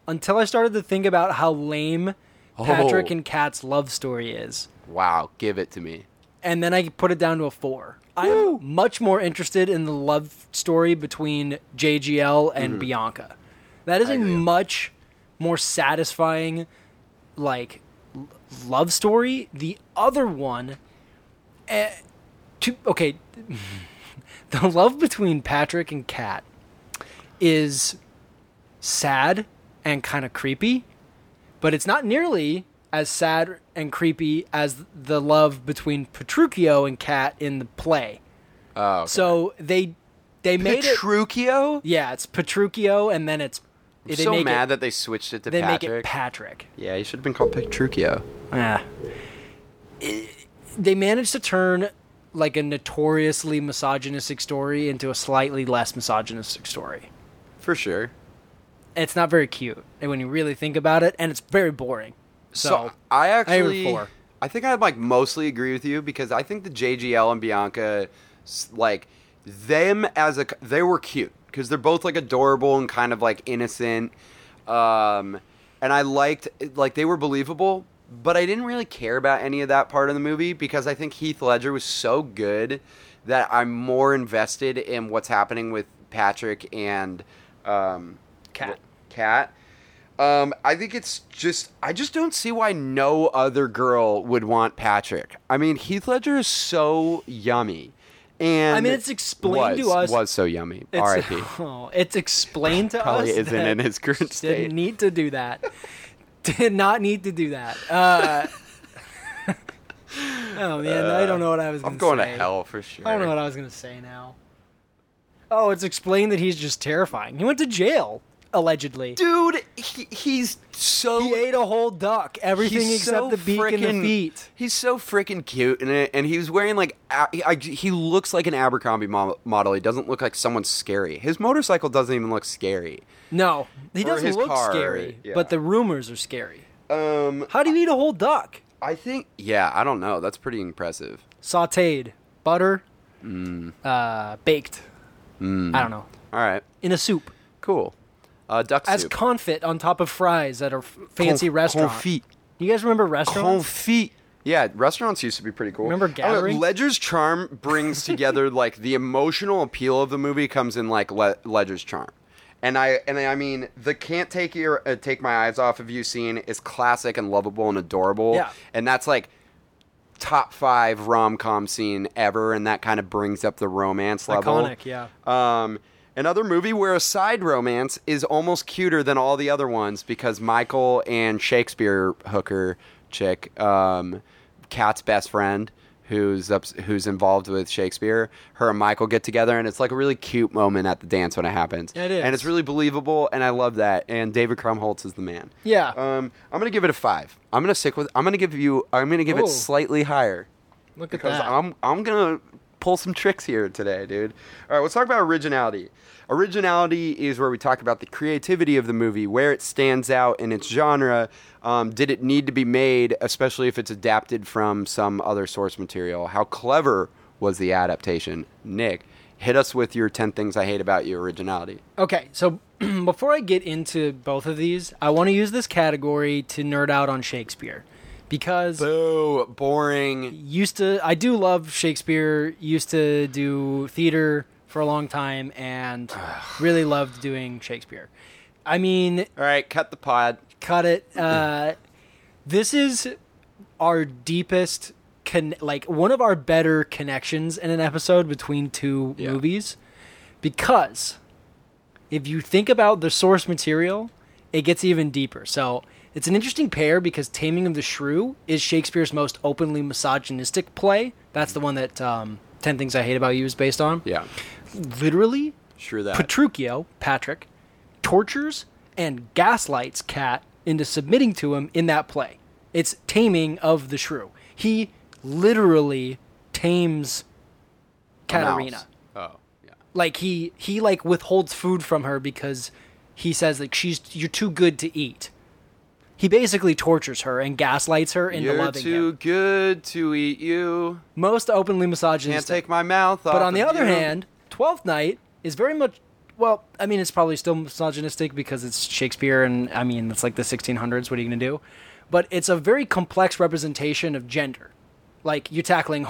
S2: until I started to think about how lame Patrick
S1: Oh.
S2: and Kat's love story is.
S1: Wow, give it to me.
S2: and then I put it down to a four. I'm much more interested in the love story between JGL and Bianca. That is a
S1: agree.
S2: much more satisfying, like, l- love story. The other one, eh, to, okay, the love between Patrick and Kat is sad and kind of creepy, but it's not nearly as sad and creepy as the love between Petruchio and Cat in the play.
S1: Oh,
S2: So they they made it.
S1: Petruchio.
S2: Yeah, it's Petruchio, and then it's
S1: I'm
S2: they
S1: so
S2: make
S1: mad
S2: it,
S1: that they switched it to
S2: they
S1: Patrick.
S2: make it Patrick.
S1: yeah, he should have been called Petruchio.
S2: Yeah. They managed to turn like a notoriously misogynistic story into a slightly less misogynistic story.
S1: For sure.
S2: And it's not very cute and when you really think about it, and it's very boring. So,
S1: I
S2: I gave it a
S1: actually,
S2: four.
S1: I think I like mostly agree with you because I think the JGL and Bianca, s- like them as a, c- they were cute because they're both like adorable and kind of like innocent, um, and I liked like they were believable, but I didn't really care about any of that part of the movie because I think Heath Ledger was so good that I'm more invested in what's happening with Patrick and um,
S2: Cat.
S1: Cat. Um, I think it's just I just don't see why no other girl would want Patrick. I mean, Heath Ledger is so yummy, and
S2: I mean, it's explained
S1: was-
S2: to us-
S1: was so yummy.
S2: it's,
S1: R.I.P.
S2: Oh, it's explained to
S1: Probably
S2: us.
S1: isn't
S2: that
S1: in his current state.
S2: Didn't need to do that. Did not need to do that. Uh, oh man, I don't know what I was.
S1: Uh, I'm
S2: gonna
S1: going to
S2: say.
S1: hell for sure.
S2: I don't know what I was gonna say now. Oh, it's explained that he's just terrifying. He went to jail allegedly.
S1: Dude, he, he's so
S2: he ate a whole duck, everything
S1: He's
S2: except
S1: so
S2: the beak and
S1: frickin-
S2: the feet.
S1: He's so freaking cute in it, and he's wearing like a- he- I- he looks like an Abercrombie mo- model. He doesn't look like someone scary. His motorcycle doesn't even look scary.
S2: No, he
S1: Or
S2: doesn't
S1: his
S2: look
S1: car,
S2: scary,
S1: yeah.
S2: but the rumors are scary.
S1: Um,
S2: How do you eat a whole duck?
S1: I think yeah, I don't know. That's pretty impressive.
S2: Sautéed, butter,
S1: Mm.
S2: uh, baked. I don't know
S1: All right,
S2: in a soup.
S1: cool. Uh, duck
S2: as
S1: soup.
S2: confit on top of fries at a f- fancy
S1: Conf-
S2: restaurant.
S1: Confit.
S2: Do you guys remember restaurants?
S1: Confit. Yeah, restaurants used to be pretty cool.
S2: Remember
S1: I don't know,
S2: gatherings?
S1: Ledger's charm brings together like the emotional appeal of the movie comes in like Le- Ledger's charm, and I and I mean the can't take your uh, take my eyes off of you scene is classic and lovable and adorable.
S2: Yeah.
S1: and that's like top five rom com scene ever, and that kind of brings up the romance level.
S2: Iconic, yeah.
S1: Um, another movie where a side romance is almost cuter than all the other ones because Michael and Shakespeare hooker chick, um, Kat's best friend, who's up, who's involved with Shakespeare, her and Michael get together, and it's like a really cute moment at the dance when it happens.
S2: It is.
S1: and it's really believable, and I love that. And David Krumholtz is the man.
S2: Yeah.
S1: Um, I'm gonna give it a five. I'm gonna stick with. I'm gonna give you. I'm gonna give
S2: Ooh.
S1: it slightly higher
S2: Look at
S1: because
S2: that.
S1: I'm I'm gonna pull some tricks here today, dude. All right, let's talk about originality. Originality is where we talk about the creativity of the movie, where it stands out in its genre. Um, did it need to be made, especially if it's adapted from some other source material? How clever was the adaptation? Nick, hit us with your 10 things I hate about you originality.
S2: Okay, so before I get into both of these, I want to use this category to nerd out on Shakespeare because
S1: Boo, boring.
S2: used to I do love Shakespeare, used to do theater for a long time and really loved doing Shakespeare. I mean,
S1: All right, cut the pod.
S2: cut it. Uh, this is our deepest, con- like one of our better connections in an episode between two
S1: Yeah.
S2: movies, because if you think about the source material, it gets even deeper. So it's an interesting pair because Taming of the Shrew is Shakespeare's most openly misogynistic play. That's the one that um, Ten Things I Hate About You is based on.
S1: Yeah,
S2: Literally,
S1: sure that.
S2: Petruchio, Patrick, tortures and gaslights Cat into submitting to him in that play. It's taming of the shrew. He literally tames Katerina.
S1: Mouse. Oh, yeah.
S2: Like he he like withholds food from her because he says like she's you're too good to eat. He basically tortures her and gaslights her into
S1: You're
S2: loving
S1: too
S2: him.
S1: good to eat you.
S2: Most openly
S1: Can't
S2: misogynistic.
S1: take my mouth off.
S2: But on the
S1: of
S2: other
S1: you.
S2: hand, Twelfth Night is very much. Well, I mean, it's probably still misogynistic because it's Shakespeare, and I mean, it's like the 1600s. What are you going to do? But it's a very complex representation of gender. Like, you're tackling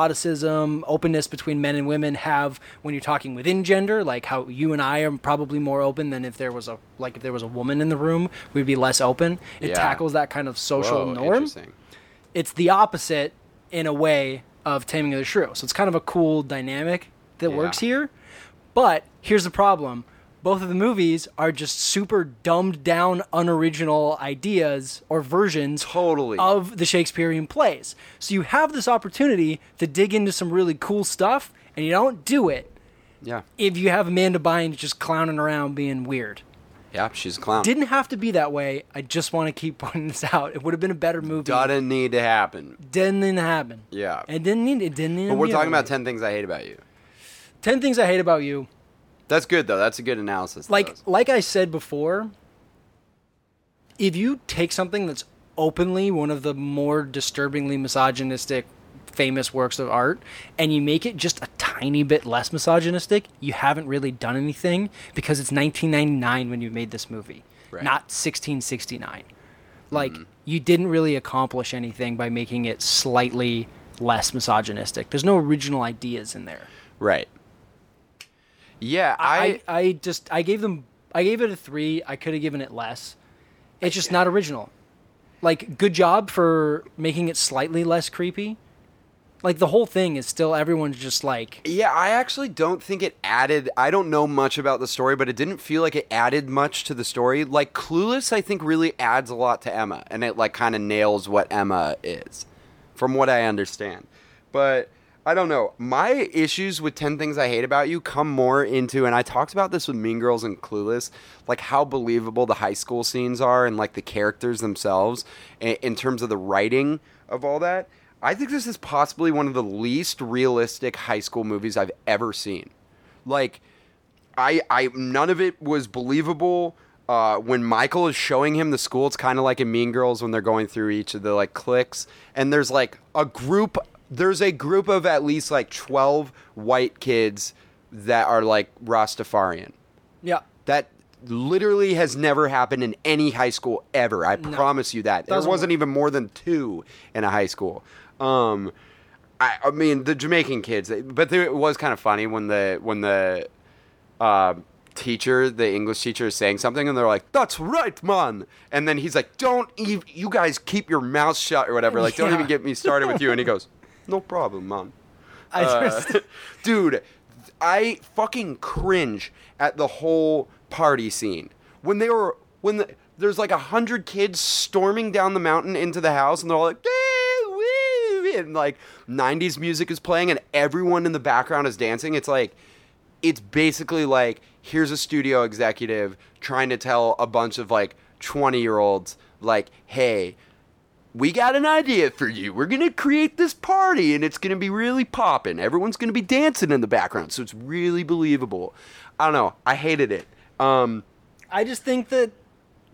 S2: homoeroticism, openness between men and women have when you're talking within gender, like how you and I are probably more open than if there was a, like, if there was a woman in the room, we'd be less open. It
S1: Yeah.
S2: tackles that kind of social
S1: Whoa,
S2: norm
S1: Oh, interesting.
S2: it's the opposite in a way of Taming of the Shrew. So it's kind of a cool dynamic that
S1: Yeah.
S2: works here. But here's the problem both of the movies are just super dumbed down, unoriginal ideas or versions
S1: Totally.
S2: of the Shakespearean plays. So you have this opportunity to dig into some really cool stuff, and you don't do it
S1: Yeah.
S2: if you have Amanda Bynes just clowning around being weird.
S1: Yeah, she's a clown.
S2: Didn't have to be that way. I just want to keep pointing this out. It would have been a better movie.
S1: Doesn't need to happen.
S2: Didn't happen.
S1: Yeah.
S2: It didn't need. It didn't. Need
S1: But we're talking about
S2: ten.
S1: 10 things I hate about you.
S2: ten things I hate about you.
S1: That's good, though. That's a good analysis. of
S2: like
S1: those.
S2: like I said before, if you take something that's openly one of the more disturbingly misogynistic famous works of art and you make it just a tiny bit less misogynistic, you haven't really done anything because it's 1999 when you made this movie,
S1: Right.
S2: not 1669. Like you didn't really accomplish anything by making it slightly less misogynistic. There's no original ideas in there.
S1: right. Yeah, I,
S2: I, I just I gave them I gave it a three. I could have given it less. It's just not original. Like good job for making it slightly less creepy. Like the whole thing is still everyone's just like
S1: yeah, I actually don't think it added. I don't know much about the story, but it didn't feel like it added much to the story. Like Clueless, I think really adds a lot to Emma, and it like kind of nails what Emma is, from what I understand. But I don't know. My issues with Ten Things I Hate About You come more into, and I talked about this with Mean Girls and Clueless, like how believable the high school scenes are, and like the characters themselves, in, in terms of the writing of all that. I think this is possibly one of the least realistic high school movies I've ever seen. Like, I, I, none of it was believable. Uh, when Michael is showing him the school, it's kind of like in Mean Girls when they're going through each of the like clicks, and there's like a group. There's a group of at least like twelve white kids that are like Rastafarian.
S2: yeah.
S1: That literally has never happened in any high school ever. I promise you that. There
S2: Doesn't
S1: wasn't
S2: work.
S1: even more than two in a high school. Um, I, I mean the Jamaican kids, they- but there, it was kind of funny when the when the uh, teacher, the English teacher, is saying something, and they're like, "That's right, man," and then he's like, "Don't even you guys keep your mouth shut or whatever. Like, don't
S2: Yeah.
S1: even get me started with you." And he goes, "No problem, man."
S2: I
S1: Uh.
S2: just
S1: dude i fucking cringe at the whole party scene when they were when the, there's like a hundred kids storming down the mountain into the house and they're all like "Woo, woo," and like 90s music is playing and everyone in the background is dancing it's like it's basically like here's a studio executive trying to tell a bunch of like 20 year olds like hey we got an idea for you. We're going to create this party and it's going to be really popping. Everyone's going to be dancing in the background. So it's really believable. I don't know. I hated it. Um,
S2: I just think that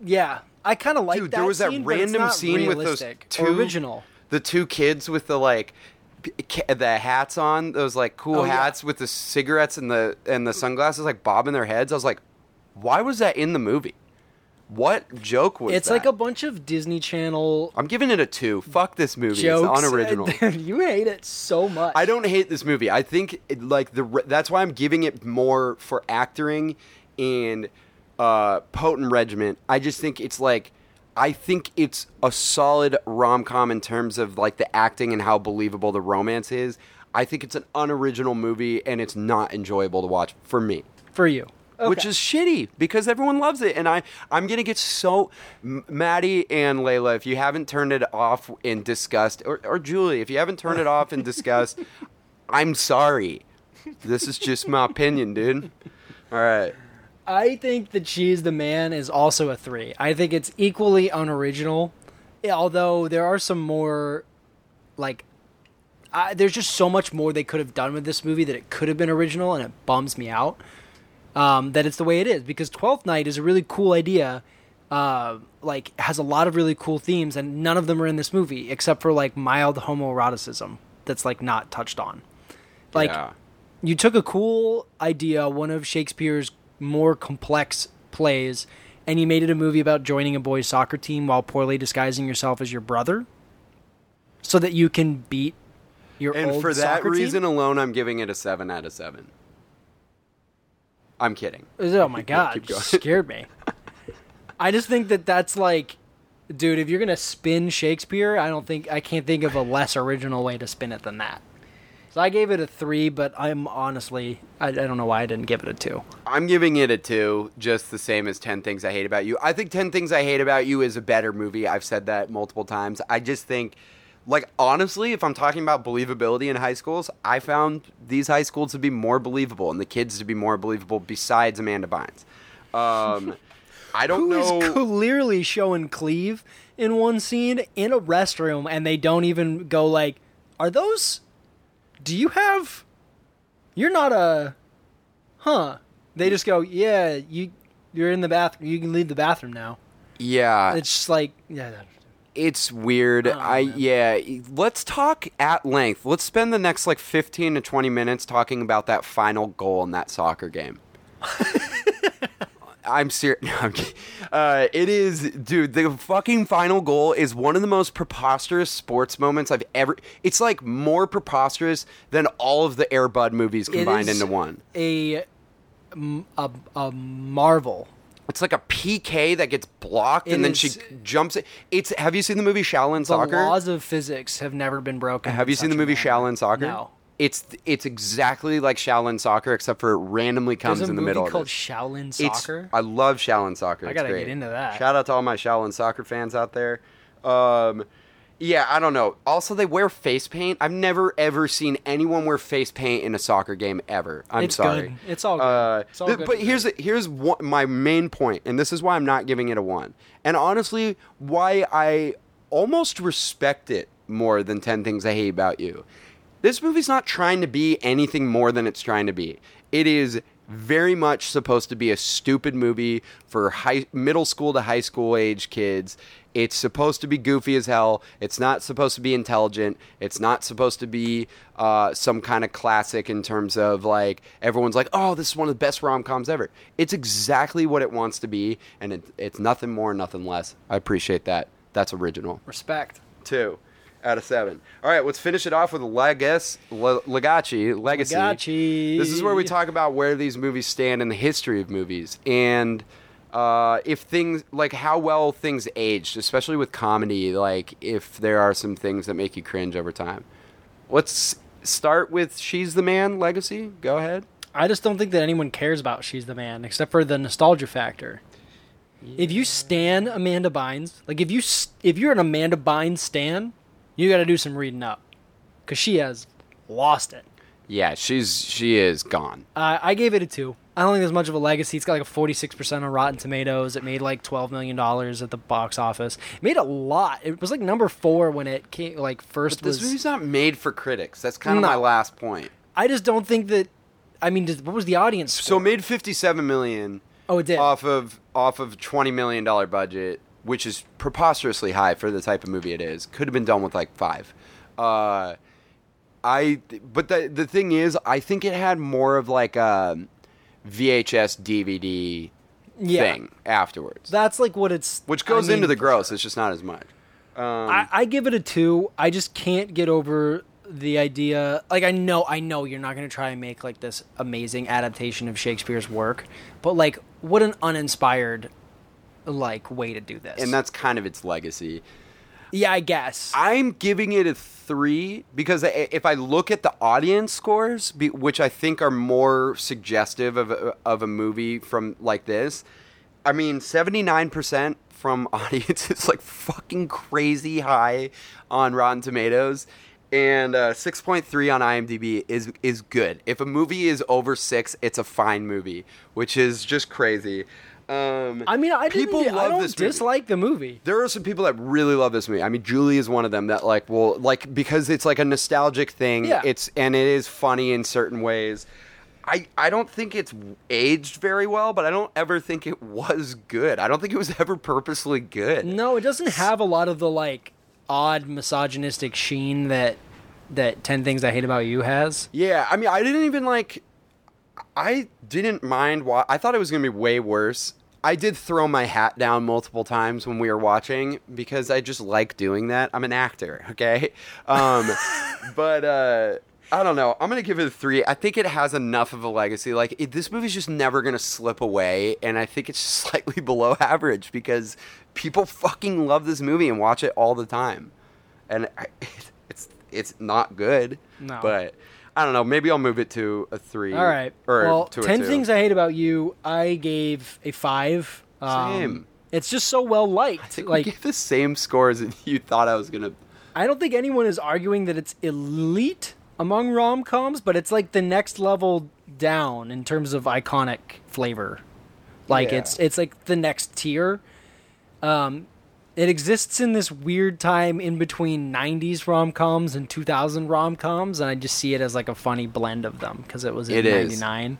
S2: yeah. I kind of like
S1: dude,
S2: that.
S1: there was that
S2: scene, but it's
S1: random
S2: not
S1: scene
S2: realistic
S1: with
S2: or
S1: those two
S2: original.
S1: the two kids with the like p- ca- the hats on, those like cool
S2: Oh, yeah.
S1: hats with the cigarettes and the and the sunglasses like bobbing their heads. I was like, why was that in the movie? What joke was
S2: It's
S1: that?
S2: like a bunch of Disney Channel
S1: I'm giving it a two. Fuck this movie.
S2: jokes.
S1: It's unoriginal.
S2: you hate it so much.
S1: I don't hate this movie. I think it, like the re- that's why I'm giving it more for acting and uh, potent regiment. I just think it's like I think it's a solid rom com in terms of like the acting and how believable the romance is. I think it's an unoriginal movie and it's not enjoyable to watch for me
S2: for you.
S1: which
S2: Okay.
S1: is shitty because everyone loves it. And I, I'm gonna get so, M- Maddie and Layla, if you haven't turned it off in disgust, or, or Julie, if you haven't turned it off in disgust, I'm sorry. This is just my opinion, dude. All right.
S2: I think that she's the man is also a three. I think it's equally unoriginal, although there are some more, like, I, there's just so much more they could have done with this movie that it could have been original, and it bums me out um, that it's the way it is because Twelfth Night is a really cool idea. Uh, like has a lot of really cool themes, and none of them are in this movie except for like mild homoeroticism that's like not touched on. Like
S1: Yeah.
S2: you took a cool idea, one of Shakespeare's more complex plays, and you made it a movie about joining a boys' soccer team while poorly disguising yourself as your brother, so that you can beat your
S1: And
S2: old
S1: for that
S2: soccer
S1: reason
S2: Team?
S1: alone, I'm giving it a seven out of seven. I'm kidding.
S2: Oh my god,
S1: Keep
S2: you
S1: going.
S2: scared me. I just think that that's like, dude, if you're gonna spin Shakespeare, I don't think I can't think of a less original way to spin it than that. So I gave it a three, but I'm honestly, I, I don't know why I didn't give it a two.
S1: I'm giving it a two, just the same as 10 Things I Hate About You. I think 10 Things I Hate About You is a better movie. I've said that multiple times. I just think, like, honestly, if I'm talking about believability in high schools, I found these high schools to be more believable and the kids to be more believable besides Amanda Bynes. Um, I don't
S2: Who is
S1: know.
S2: clearly showing Cleve in one scene in a restroom, and they don't even go like, "Are those? Do you have? You're not a, huh?" They just go, "Yeah, you, you're in the bathroom. You can leave the bathroom now."
S1: yeah.
S2: It's just like, yeah,
S1: It's weird.
S2: Oh,
S1: I yeah. e, Let's talk at length. Let's spend the next like fifteen to twenty minutes talking about that final goal in that soccer game. I'm serious. No, I'm kidding. uh, it is, dude. The fucking final goal is one of the most preposterous sports moments I've ever. It's like more preposterous than all of the Air Bud movies combined
S2: is-
S1: into one.
S2: a, m- a, a marvel.
S1: It's like a PK that gets blocked
S2: It
S1: and then
S2: is-
S1: she jumps. It. It's. Have you seen the movie Shaolin
S2: The
S1: Soccer?
S2: laws of physics have never been broken.
S1: Have
S2: in
S1: you seen
S2: such
S1: the
S2: a
S1: movie
S2: manner.
S1: Shaolin Soccer?
S2: No.
S1: It's it's exactly like Shaolin Soccer, except for it randomly comes
S2: There's a
S1: in the
S2: movie
S1: middle.
S2: called
S1: of it.
S2: Shaolin
S1: It's-
S2: Soccer.
S1: I love Shaolin Soccer.
S2: I
S1: It's
S2: gotta
S1: great.
S2: get into that.
S1: Shout out to all my Shaolin Soccer fans out there. Um, yeah, I don't know. Also, they wear face paint. I've never ever seen anyone wear face paint in a soccer game ever. I'm
S2: It's
S1: sorry.
S2: good. It's all good.
S1: Uh,
S2: It's all
S1: th-
S2: good
S1: But
S2: and
S1: here's here's one, my main point, and this is why I'm not giving it a one. And honestly, why I almost respect it more than Ten Things I Hate About You. This movie's not trying to be anything more than it's trying to be. It is very much supposed to be a stupid movie for high middle school to high school age kids. It's supposed to be goofy as hell. It's not supposed to be intelligent. It's not supposed to be uh, some kind of classic in terms of like everyone's like, oh, this is one of the best rom coms ever. It's exactly what it wants to be, and it, it's nothing more, nothing less. I appreciate that. That's original.
S2: Respect.
S1: Two out of seven. All right, let's finish it off with Legacy. Le- Legacy. Legacy.
S2: Legacy.
S1: This is where we talk about where these movies stand in the history of movies and uh, if things like how well things aged, especially with comedy, like if there are some things that make you cringe over time. Let's start with She's the Man Legacy. Go ahead.
S2: I just don't think that anyone cares about She's the Man except for the nostalgia factor. If you stan Amanda Bynes, like if you s- if you're an Amanda Bynes stan, you got to do some reading up cuz she has lost it.
S1: Yeah, she's she is gone.
S2: Uh, I gave it a 2. I don't think there's much of a legacy. It's got like a 46% on Rotten Tomatoes. It made like 12 million dollars at the box office. It made a lot. It was like number 4 when it came like first
S1: This
S2: was
S1: movie's not made for critics. That's kind of my
S2: No.
S1: last point.
S2: I just don't think that I mean, does- what was the audience?
S1: So
S2: score?
S1: it made fifty-seven million.
S2: Oh, it did.
S1: off of off of twenty million dollar budget, which is preposterously high for the type of movie it is. Could have been done with like five. Uh, I but the the thing is, I think it had more of like um, a VHS DVD
S2: Yeah.
S1: thing afterwards,
S2: that's like what it's
S1: which
S2: I
S1: goes into
S2: mean,
S1: the gross. It's just not as much. Um,
S2: I, I give it a two. I just can't get over the idea. Like I know, I know you're not going to try and make like this amazing adaptation of Shakespeare's work, but like, what an uninspired like way to do this.
S1: And that's kind of its legacy.
S2: yeah, I guess.
S1: I'm giving it a three because I- if I look at the audience scores, be- which I think are more suggestive of a, of a movie from like this, I mean, seventy nine percent from audience is like fucking crazy high on Rotten Tomatoes, and uh, six point three on IMDb is is good. If a movie is over six, it's a fine movie, which is just crazy. Um,
S2: I mean, I people
S1: people
S2: didn't,
S1: love
S2: I don't
S1: this movie
S2: dislike the movie.
S1: there are some people that really love this movie. I mean, Julie is one of them that like will like because it's like a nostalgic thing.
S2: Yeah.
S1: It's and it is funny in certain ways. I, I don't think it's aged very well, but I don't ever think it was good. I don't think it was ever purposely good.
S2: No, it doesn't have a lot of the like odd misogynistic sheen that that Ten Things I Hate About You has.
S1: Yeah, I mean, I didn't even like. I didn't mind. Wa- I thought it was gonna be way worse. I did throw my hat down multiple times when we were watching because I just like doing that. I'm an actor, okay? Um, but uh, I don't know. I'm gonna give it a three. I think it has enough of a legacy. Like it, this movie's just never gonna slip away, and I think it's slightly below average because people fucking love this movie and watch it all the time, and I, it's it's not good.
S2: No.
S1: but I don't know. Maybe I'll move it to a three.
S2: All right.
S1: Or
S2: well,
S1: to a
S2: ten
S1: two.
S2: things I hate about you. I gave a five. Um,
S1: Same.
S2: It's just so well liked.
S1: I think
S2: like
S1: we gave the same scores that you thought I was gonna.
S2: I don't think anyone is arguing that it's elite among rom coms, but it's like the next level down in terms of iconic flavor. Like
S1: Yeah.
S2: it's it's like the next tier. Um, it exists in this weird time in between '90s rom coms and 2000 rom coms, and I just see it as like a funny blend of them because it was in
S1: It is.
S2: '99.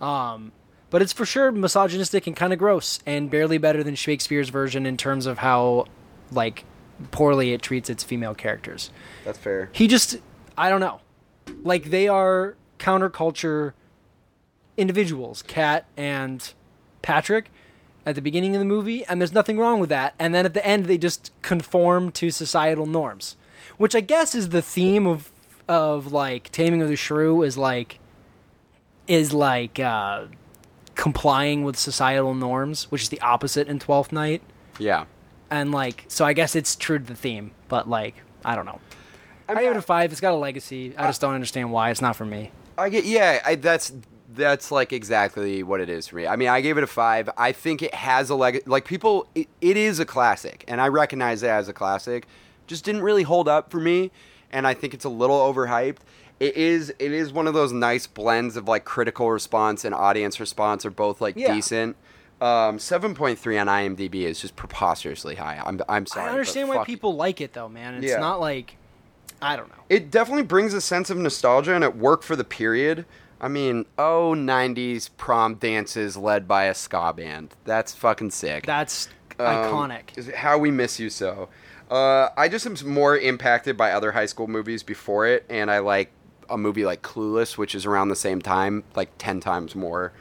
S2: Um, but it's for sure misogynistic and kind of gross, and barely better than Shakespeare's version in terms of how like poorly it treats its female characters
S1: That's fair.
S2: he just i don't know like they are counterculture individuals kat and patrick at the beginning of the movie and there's nothing wrong with that and then at the end they just conform to societal norms which i guess is the theme of of like taming of the shrew is like is like uh complying with societal norms which is the opposite in 12th night
S1: Yeah.
S2: and like so i guess it's true to the theme but like i don't know i give it a five it's got a legacy i just don't understand why it's not for me
S1: I get yeah. I, that's that's like exactly what it is for me. I mean, I gave it a five. I think it has a leg. Like people, it, it is a classic, and I recognize it as a classic. Just didn't really hold up for me, and I think it's a little overhyped. It is. It is one of those nice blends of like critical response and audience response are both like
S2: Yeah.
S1: decent. Um, seven point three on IMDb is just preposterously high. I'm I'm sorry.
S2: i
S1: but
S2: understand why
S1: fuck-
S2: people like it though man it's
S1: Yeah. Um,
S2: not like i don't know
S1: it definitely brings a sense of nostalgia and it worked for the period. I mean, oh, 90s prom dances led by a ska band. That's fucking sick.
S2: that's
S1: Um,
S2: iconic
S1: Is how we miss you so. Uh, I just am more impacted by other high school movies before it, and I like a movie like Clueless, which is around the same time, like 10 times more.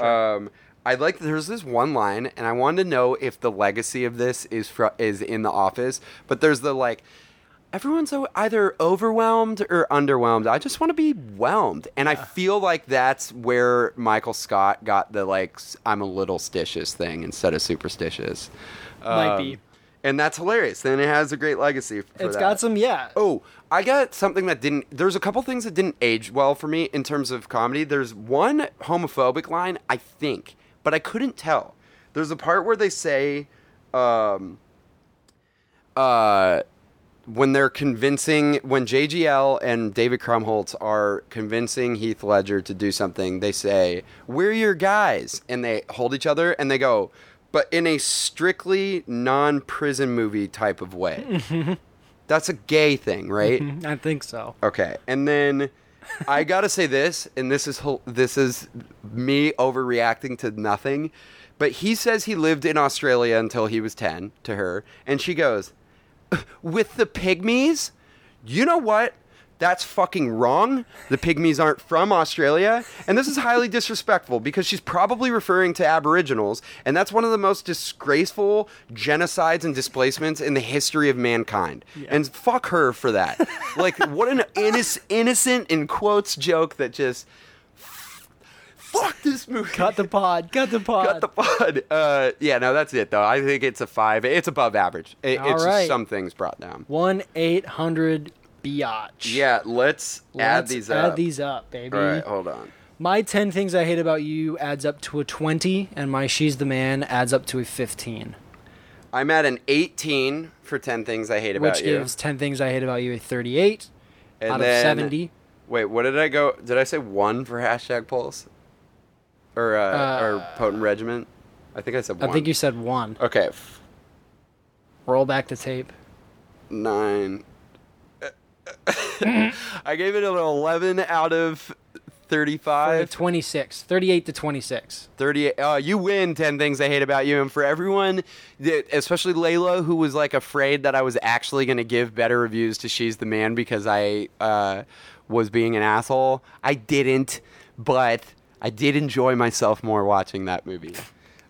S1: Um, I like there's this one line, and I wanted to know if the legacy of this is fro- is in the office, but there's the like, everyone's o- either overwhelmed or underwhelmed. I just want to be whelmed. And I feel like that's where Michael Scott got the like, s- I'm a little stitious thing instead of superstitious.
S2: might be
S1: Um, And that's hilarious. Then it has a great legacy. For
S2: it's
S1: that.
S2: got some yeah
S1: Oh, I got something that didn't. There's a couple things that didn't age well for me in terms of comedy. There's one homophobic line, I think, but I couldn't tell. There's a part where they say, um, uh, when they're convincing, when JGL and David Krumholtz are convincing Heath Ledger to do something, they say, We're your guys. And they hold each other and they go, but in a strictly non prison movie type of way. That's a gay thing, right?
S2: i think so
S1: Okay. And then I gotta say this, and this is hol- this is me overreacting to nothing, but he says he lived in Australia until he was ten to her, and she goes, "With the pygmies, you know what?" That's fucking wrong. The pygmies aren't from Australia. And this is highly disrespectful because she's probably referring to Aboriginals. And that's one of the most disgraceful genocides and displacements in the history of mankind. And fuck her for that. like, what an innoc- innocent, in quotes, joke that just. Fuck this movie.
S2: cut the pod cut the pod
S1: Cut the pod. Uh, yeah, no, that's it, though. I think it's a five. It's above average. It,
S2: All
S1: it's
S2: right.
S1: just some things brought down.
S2: 1-800 biatch
S1: Yeah, let's, add
S2: Let's
S1: these
S2: add
S1: up.
S2: these up baby
S1: All right, Oh. hold on.
S2: my 10 things i hate about you adds up to a 20 and my she's the man adds up to a 15
S1: I'm at an 18 for 10 things I hate about
S2: which
S1: you.
S2: gives 10 things i hate about you a 38
S1: And
S2: out
S1: then-
S2: of 70
S1: Wait, what did I go? Did I say one for hashtag polls? Or, uh, or potent regiment? I think I said
S2: i
S1: one. Uh,
S2: think you said one
S1: Okay, f-
S2: roll back the tape
S1: nine.
S2: Mm-hmm.
S1: I gave it an 11 out of
S2: For the
S1: 35.
S2: 26 38 to 26
S1: 38 uh, you win 10 things i hate about you and for everyone that, especially layla who was like afraid that i was actually going to give better reviews to she's the man because i uh, was being an asshole i didn't but i did enjoy myself more watching that movie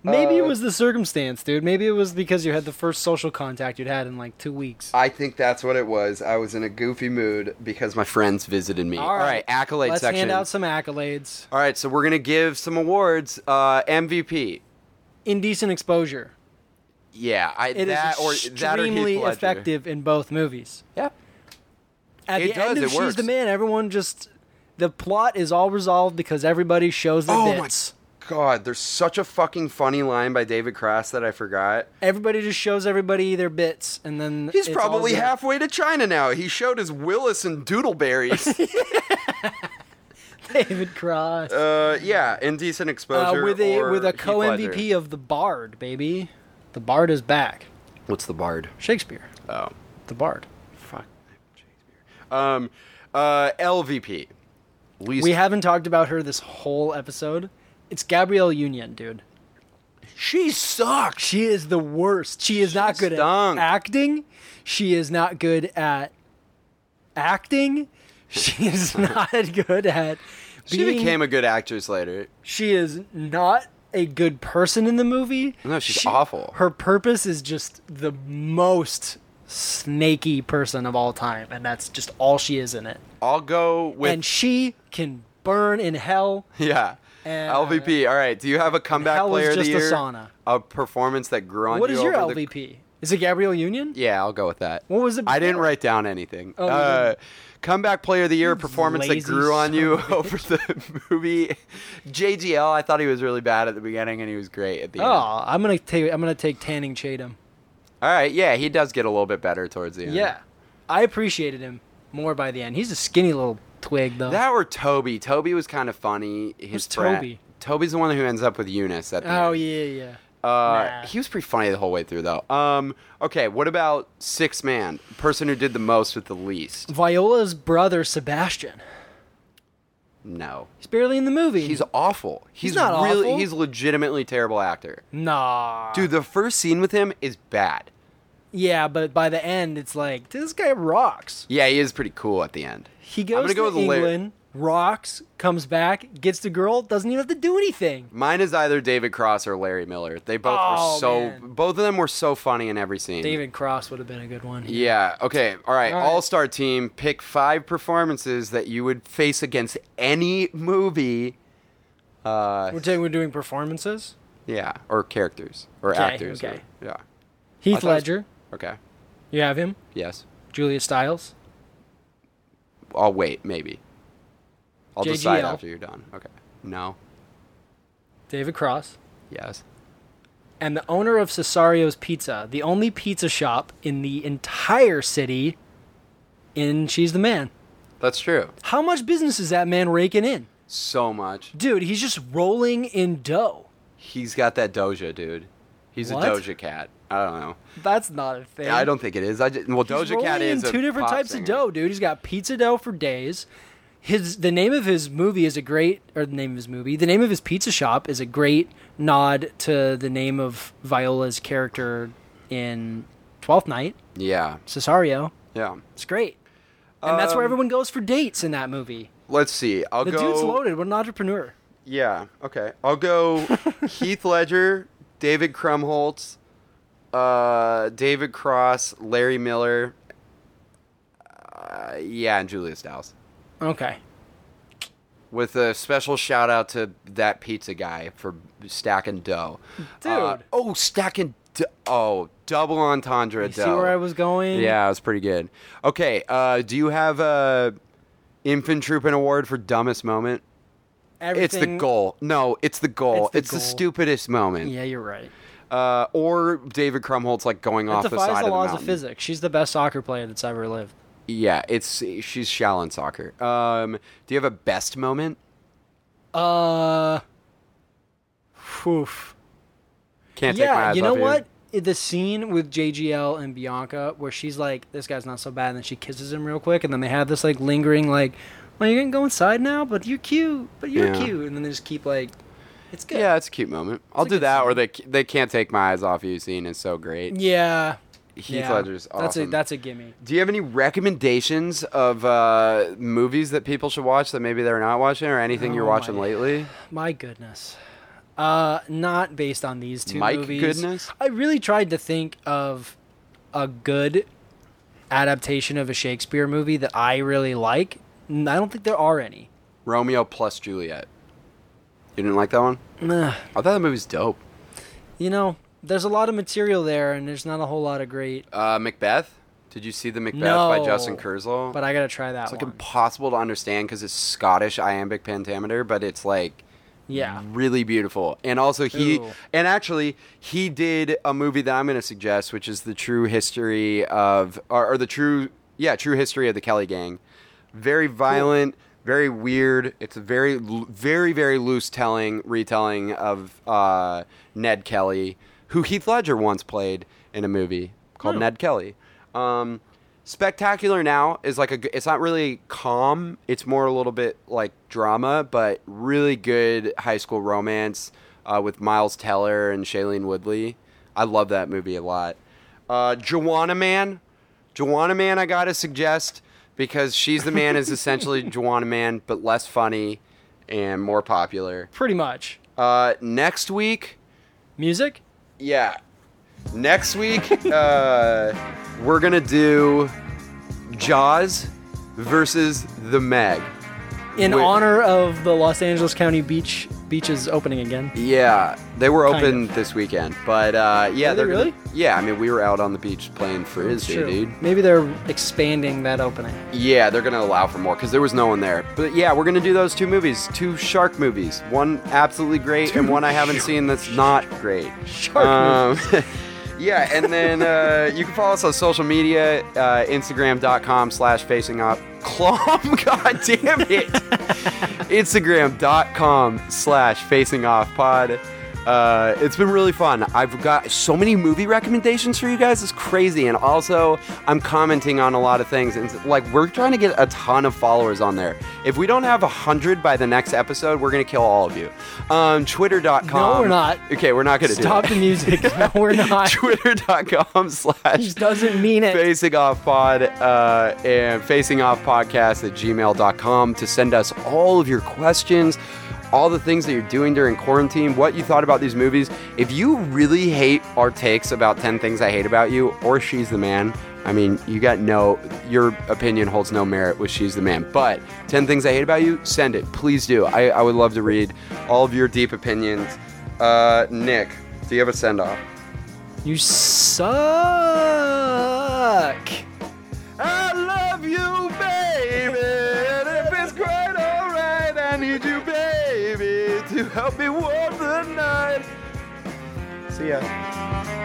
S2: maybe
S1: uh,
S2: it was the circumstance dude maybe it was because you had the first social contact you'd had in like two weeks
S1: i think that's what it was i was in a goofy mood because my friends visited me all right, accolade
S2: let's
S1: section
S2: hand out some accolades
S1: all right so we're going to give some awards uh, mvp
S2: indecent exposure
S1: yeah, I,
S2: It is
S1: that or that or Heath
S2: extremely
S1: Ledger.
S2: effective in both movies
S1: Yeah,
S2: at
S1: It
S2: the
S1: does,
S2: end
S1: it
S2: of she's
S1: works.
S2: the man everyone just the plot is all resolved because everybody shows their
S1: Oh my-
S2: bits.
S1: God, there's such a fucking funny line by David Cross that I forgot.
S2: Everybody just shows everybody their bits, and then
S1: He's
S2: it's all
S1: probably
S2: good.
S1: halfway to China now. He showed his Willis and Doodleberries.
S2: David Cross
S1: uh, yeah, indecent
S2: uh,
S1: exposure
S2: with a
S1: or
S2: with a
S1: Heath
S2: co MVP
S1: Ledger.
S2: of the Bard, baby. The Bard is back.
S1: What's the Bard?
S2: Shakespeare,
S1: Oh,
S2: the Bard.
S1: fuck, Shakespeare. Um, uh, LVP. Least
S2: We haven't talked about her this whole episode. It's Gabrielle Union, dude.
S1: she sucks.
S2: She is the worst. She is not good
S1: stunk.
S2: at acting. She is not good at acting. She is not good at.
S1: She
S2: being-
S1: became a good actress later.
S2: She is not a good person in the movie.
S1: No, she's awful.
S2: Her purpose is just the most snaky person of all time, and that's just all she is in it.
S1: I'll go with
S2: and she can burn in hell.
S1: yeah.
S2: And-
S1: LVP. All right. Do you have a comeback
S2: hell is
S1: player of the
S2: just a
S1: year?
S2: sauna.
S1: A performance that grew on
S2: What
S1: you
S2: is your
S1: over the-
S2: LVP? Is it Gabrielle Union?
S1: Yeah, I'll go with that.
S2: What was it
S1: I didn't
S2: before? Oh,
S1: write down anything.
S2: you
S1: uh, comeback player of the year performance that
S2: lazy
S1: grew on
S2: son
S1: you
S2: of
S1: over the movie. JGL, I thought he was really bad at the beginning and he was great at the end. All
S2: Oh, I'm gonna take I'm gonna take Tanning Chatham.
S1: right, yeah, he does get a little bit better towards the end.
S2: Yeah, I appreciated him more by the end. He's a skinny little twig though.
S1: That or Toby. Toby was kind of funny. His
S2: Who's
S1: friend-
S2: Toby?
S1: Toby's the one who ends up with Eunice at the
S2: oh
S1: end.
S2: yeah, yeah.
S1: Uh,
S2: Nah.
S1: He was pretty funny the whole way through, though. Um, okay, what about Six Man? Person who did the most with the least?
S2: Viola's brother Sebastian.
S1: No,
S2: He's barely in the movie.
S1: he's awful. He's,
S2: not
S1: really,
S2: awful.
S1: He's legitimately terrible actor.
S2: nah.
S1: Dude, the first scene with him is bad.
S2: Yeah, but by the end, it's like this guy rocks.
S1: Yeah, he is pretty cool at the end.
S2: He
S1: I'm
S2: goes
S1: gonna
S2: to
S1: go with Larry.
S2: England, rocks, comes back, gets the girl, doesn't even have to do anything.
S1: Mine is either David Cross or Larry Miller. They both
S2: Oh,
S1: were so.
S2: man.
S1: Both of them were so funny in every scene.
S2: David Cross would have been a good one.
S1: Yeah. Okay. All right.
S2: All right.
S1: All star team, pick five performances that you would face against any movie. Uh,
S2: We're, taking, we're doing performances.
S1: yeah, or characters or
S2: Okay,
S1: actors. or-
S2: okay.
S1: yeah. I thought it
S2: Heath
S1: was-
S2: Ledger,
S1: Okay.
S2: you have him.
S1: Yes.
S2: Julia Stiles.
S1: I'll wait. Maybe. I'll decide
S2: JGL.
S1: after you're done. Okay. No.
S2: David Cross,
S1: Yes.
S2: and the owner of Cesario's Pizza, the only pizza shop in the entire city, in She's the Man.
S1: That's true.
S2: How much business is that man raking in?
S1: So much.
S2: Dude, he's just rolling in dough.
S1: He's got that Doja, dude. He's
S2: What?
S1: a Doja cat. I don't know.
S2: That's not a thing.
S1: I don't think it is. I just, well,
S2: He's
S1: Doja Cat
S2: rolling
S1: is
S2: in
S1: a
S2: two different
S1: pop
S2: types
S1: singer.
S2: of dough, dude. He's got pizza dough for days. His the name of his movie is a great or the name of his movie. The name of his pizza shop is a great nod to the name of Viola's character in Twelfth Night,
S1: Yeah.
S2: Cesario.
S1: Yeah.
S2: It's great. And that's where everyone goes for dates in that movie.
S1: Let's see. I'll
S2: The
S1: Um, go.
S2: dude's loaded. What an entrepreneur.
S1: Yeah. Okay. I'll go Heath Ledger, David Krumholtz, uh, David Cross, Larry Miller. Uh, yeah, and Julia Stiles.
S2: Okay.
S1: With a special shout out to that pizza guy for stacking dough. Uh,
S2: Dude.
S1: oh, stacking. D- oh, double entendre
S2: You
S1: dough.
S2: see where I was going?
S1: Yeah, it was pretty good. Okay. Uh, do you have a infant trooping award for dumbest moment? It's the
S2: Everything-
S1: goal. No, it's the goal.
S2: It's
S1: It's the,
S2: the goal.
S1: stupidest moment.
S2: Yeah, you're right.
S1: Uh, or David Krumholtz like going off
S2: it
S1: the side
S2: defies
S1: of
S2: the,
S1: the
S2: laws
S1: mountain.
S2: of physics. She's the best soccer player that's ever lived.
S1: Yeah, it's she's shallow in soccer. Um, do you have a best moment?
S2: Uh, whew.
S1: Can't take my
S2: yeah,
S1: eyes
S2: you know
S1: off you.
S2: what? The scene with JGL and Bianca, where she's like, "This guy's not so bad," and then she kisses him real quick, and then they have this like lingering, like, "Well, you can go inside now, but you're cute, but you're
S1: Yeah.
S2: cute," and then they just keep like, "It's good."
S1: Yeah, it's a cute moment. I'll
S2: a
S1: do
S2: good
S1: that. Or
S2: scene.
S1: they they can't take my eyes off you. Scene is so great.
S2: yeah.
S1: Heath
S2: yeah.
S1: Ledger's
S2: That's a
S1: awesome.
S2: that's a gimme.
S1: Do you have any recommendations of uh, movies that people should watch that maybe they're not watching, or anything you're
S2: Oh,
S1: watching
S2: my-
S1: lately?
S2: My goodness. Uh, not based on these two
S1: Mike
S2: movies.
S1: goodness?
S2: I really tried to think of a good adaptation of a Shakespeare movie that I really like. N- I don't think there are any.
S1: Romeo plus Juliet. You didn't like that one?
S2: Ugh.
S1: I thought that movie's dope.
S2: You know, there's a lot of material there, and there's not a whole lot of great.
S1: Uh, Macbeth. Did you see the Macbeth
S2: no,
S1: by Justin Kurzel?
S2: But I gotta try that
S1: it's like
S2: one.
S1: impossible to understand because it's Scottish iambic pentameter, but it's like
S2: yeah.
S1: really beautiful. And also he
S2: Ooh.
S1: and actually he did a movie that I'm going to suggest, which is the true history of or, or the true yeah true history of the Kelly Gang. Very violent, very weird. It's a very l- very very loose telling retelling of uh, Ned Kelly, who Heath Ledger once played in a movie
S2: Hmm.
S1: called Ned Kelly. Um, Spectacular now is like a. g- It's not really calm. It's more a little bit like drama, but really good high school romance uh, with Miles Teller and Shailene Woodley. I love that movie a lot. Uh, Joanna Man, Joanna Man, I gotta suggest because she's the man is essentially Joanna Man, but less funny and more popular.
S2: Pretty much.
S1: Uh, next week,
S2: Music?
S1: yeah. Next week, uh, we're gonna do Jaws versus the Meg.
S2: In
S1: Wait.
S2: honor of the Los Angeles County Beach beaches opening again.
S1: Yeah, they were
S2: Kind
S1: open this weekend, but uh, yeah,
S2: Were they
S1: they're gonna-
S2: really?
S1: yeah. I mean, we were out on the beach playing frisbee, dude.
S2: Maybe they're expanding that opening.
S1: Yeah, they're gonna allow for more because there was no one there. But yeah, we're gonna do those two movies, two shark movies. One absolutely great, and one I haven't seen that's not great.
S2: Shark
S1: movies. yeah, and then uh, you can follow us on social media, uh, Instagram.com slash facing up. Clom, god damn it. Instagram.com slash facing off pod. Uh, it's been really fun. I've got so many movie recommendations for you guys. It's crazy. And also, I'm commenting on a lot of things. And it's like, we're trying to get a ton of followers on there. If we don't have 100 by the next episode, we're going to kill all of you. Um, Twitter.com.
S2: No, we're not.
S1: Okay, we're not going to do
S2: Stop
S1: that.
S2: the music. No, we're not.
S1: Twitter.com slash
S2: Just doesn't mean it.
S1: facing off pod uh, and facing off podcast at gmail.com to send us all of your questions all the things that you're doing during quarantine what you thought about these movies if you really hate our takes about 10 things i hate about you or she's the man i mean you got no your opinion holds no merit with she's the man but 10 things i hate about you send it please do i, I would love to read all of your deep opinions uh, nick do you have a send-off
S2: You suck.
S1: I love you, baby. And if it's quite alright, I need you, baby, to help me warm the night. See ya.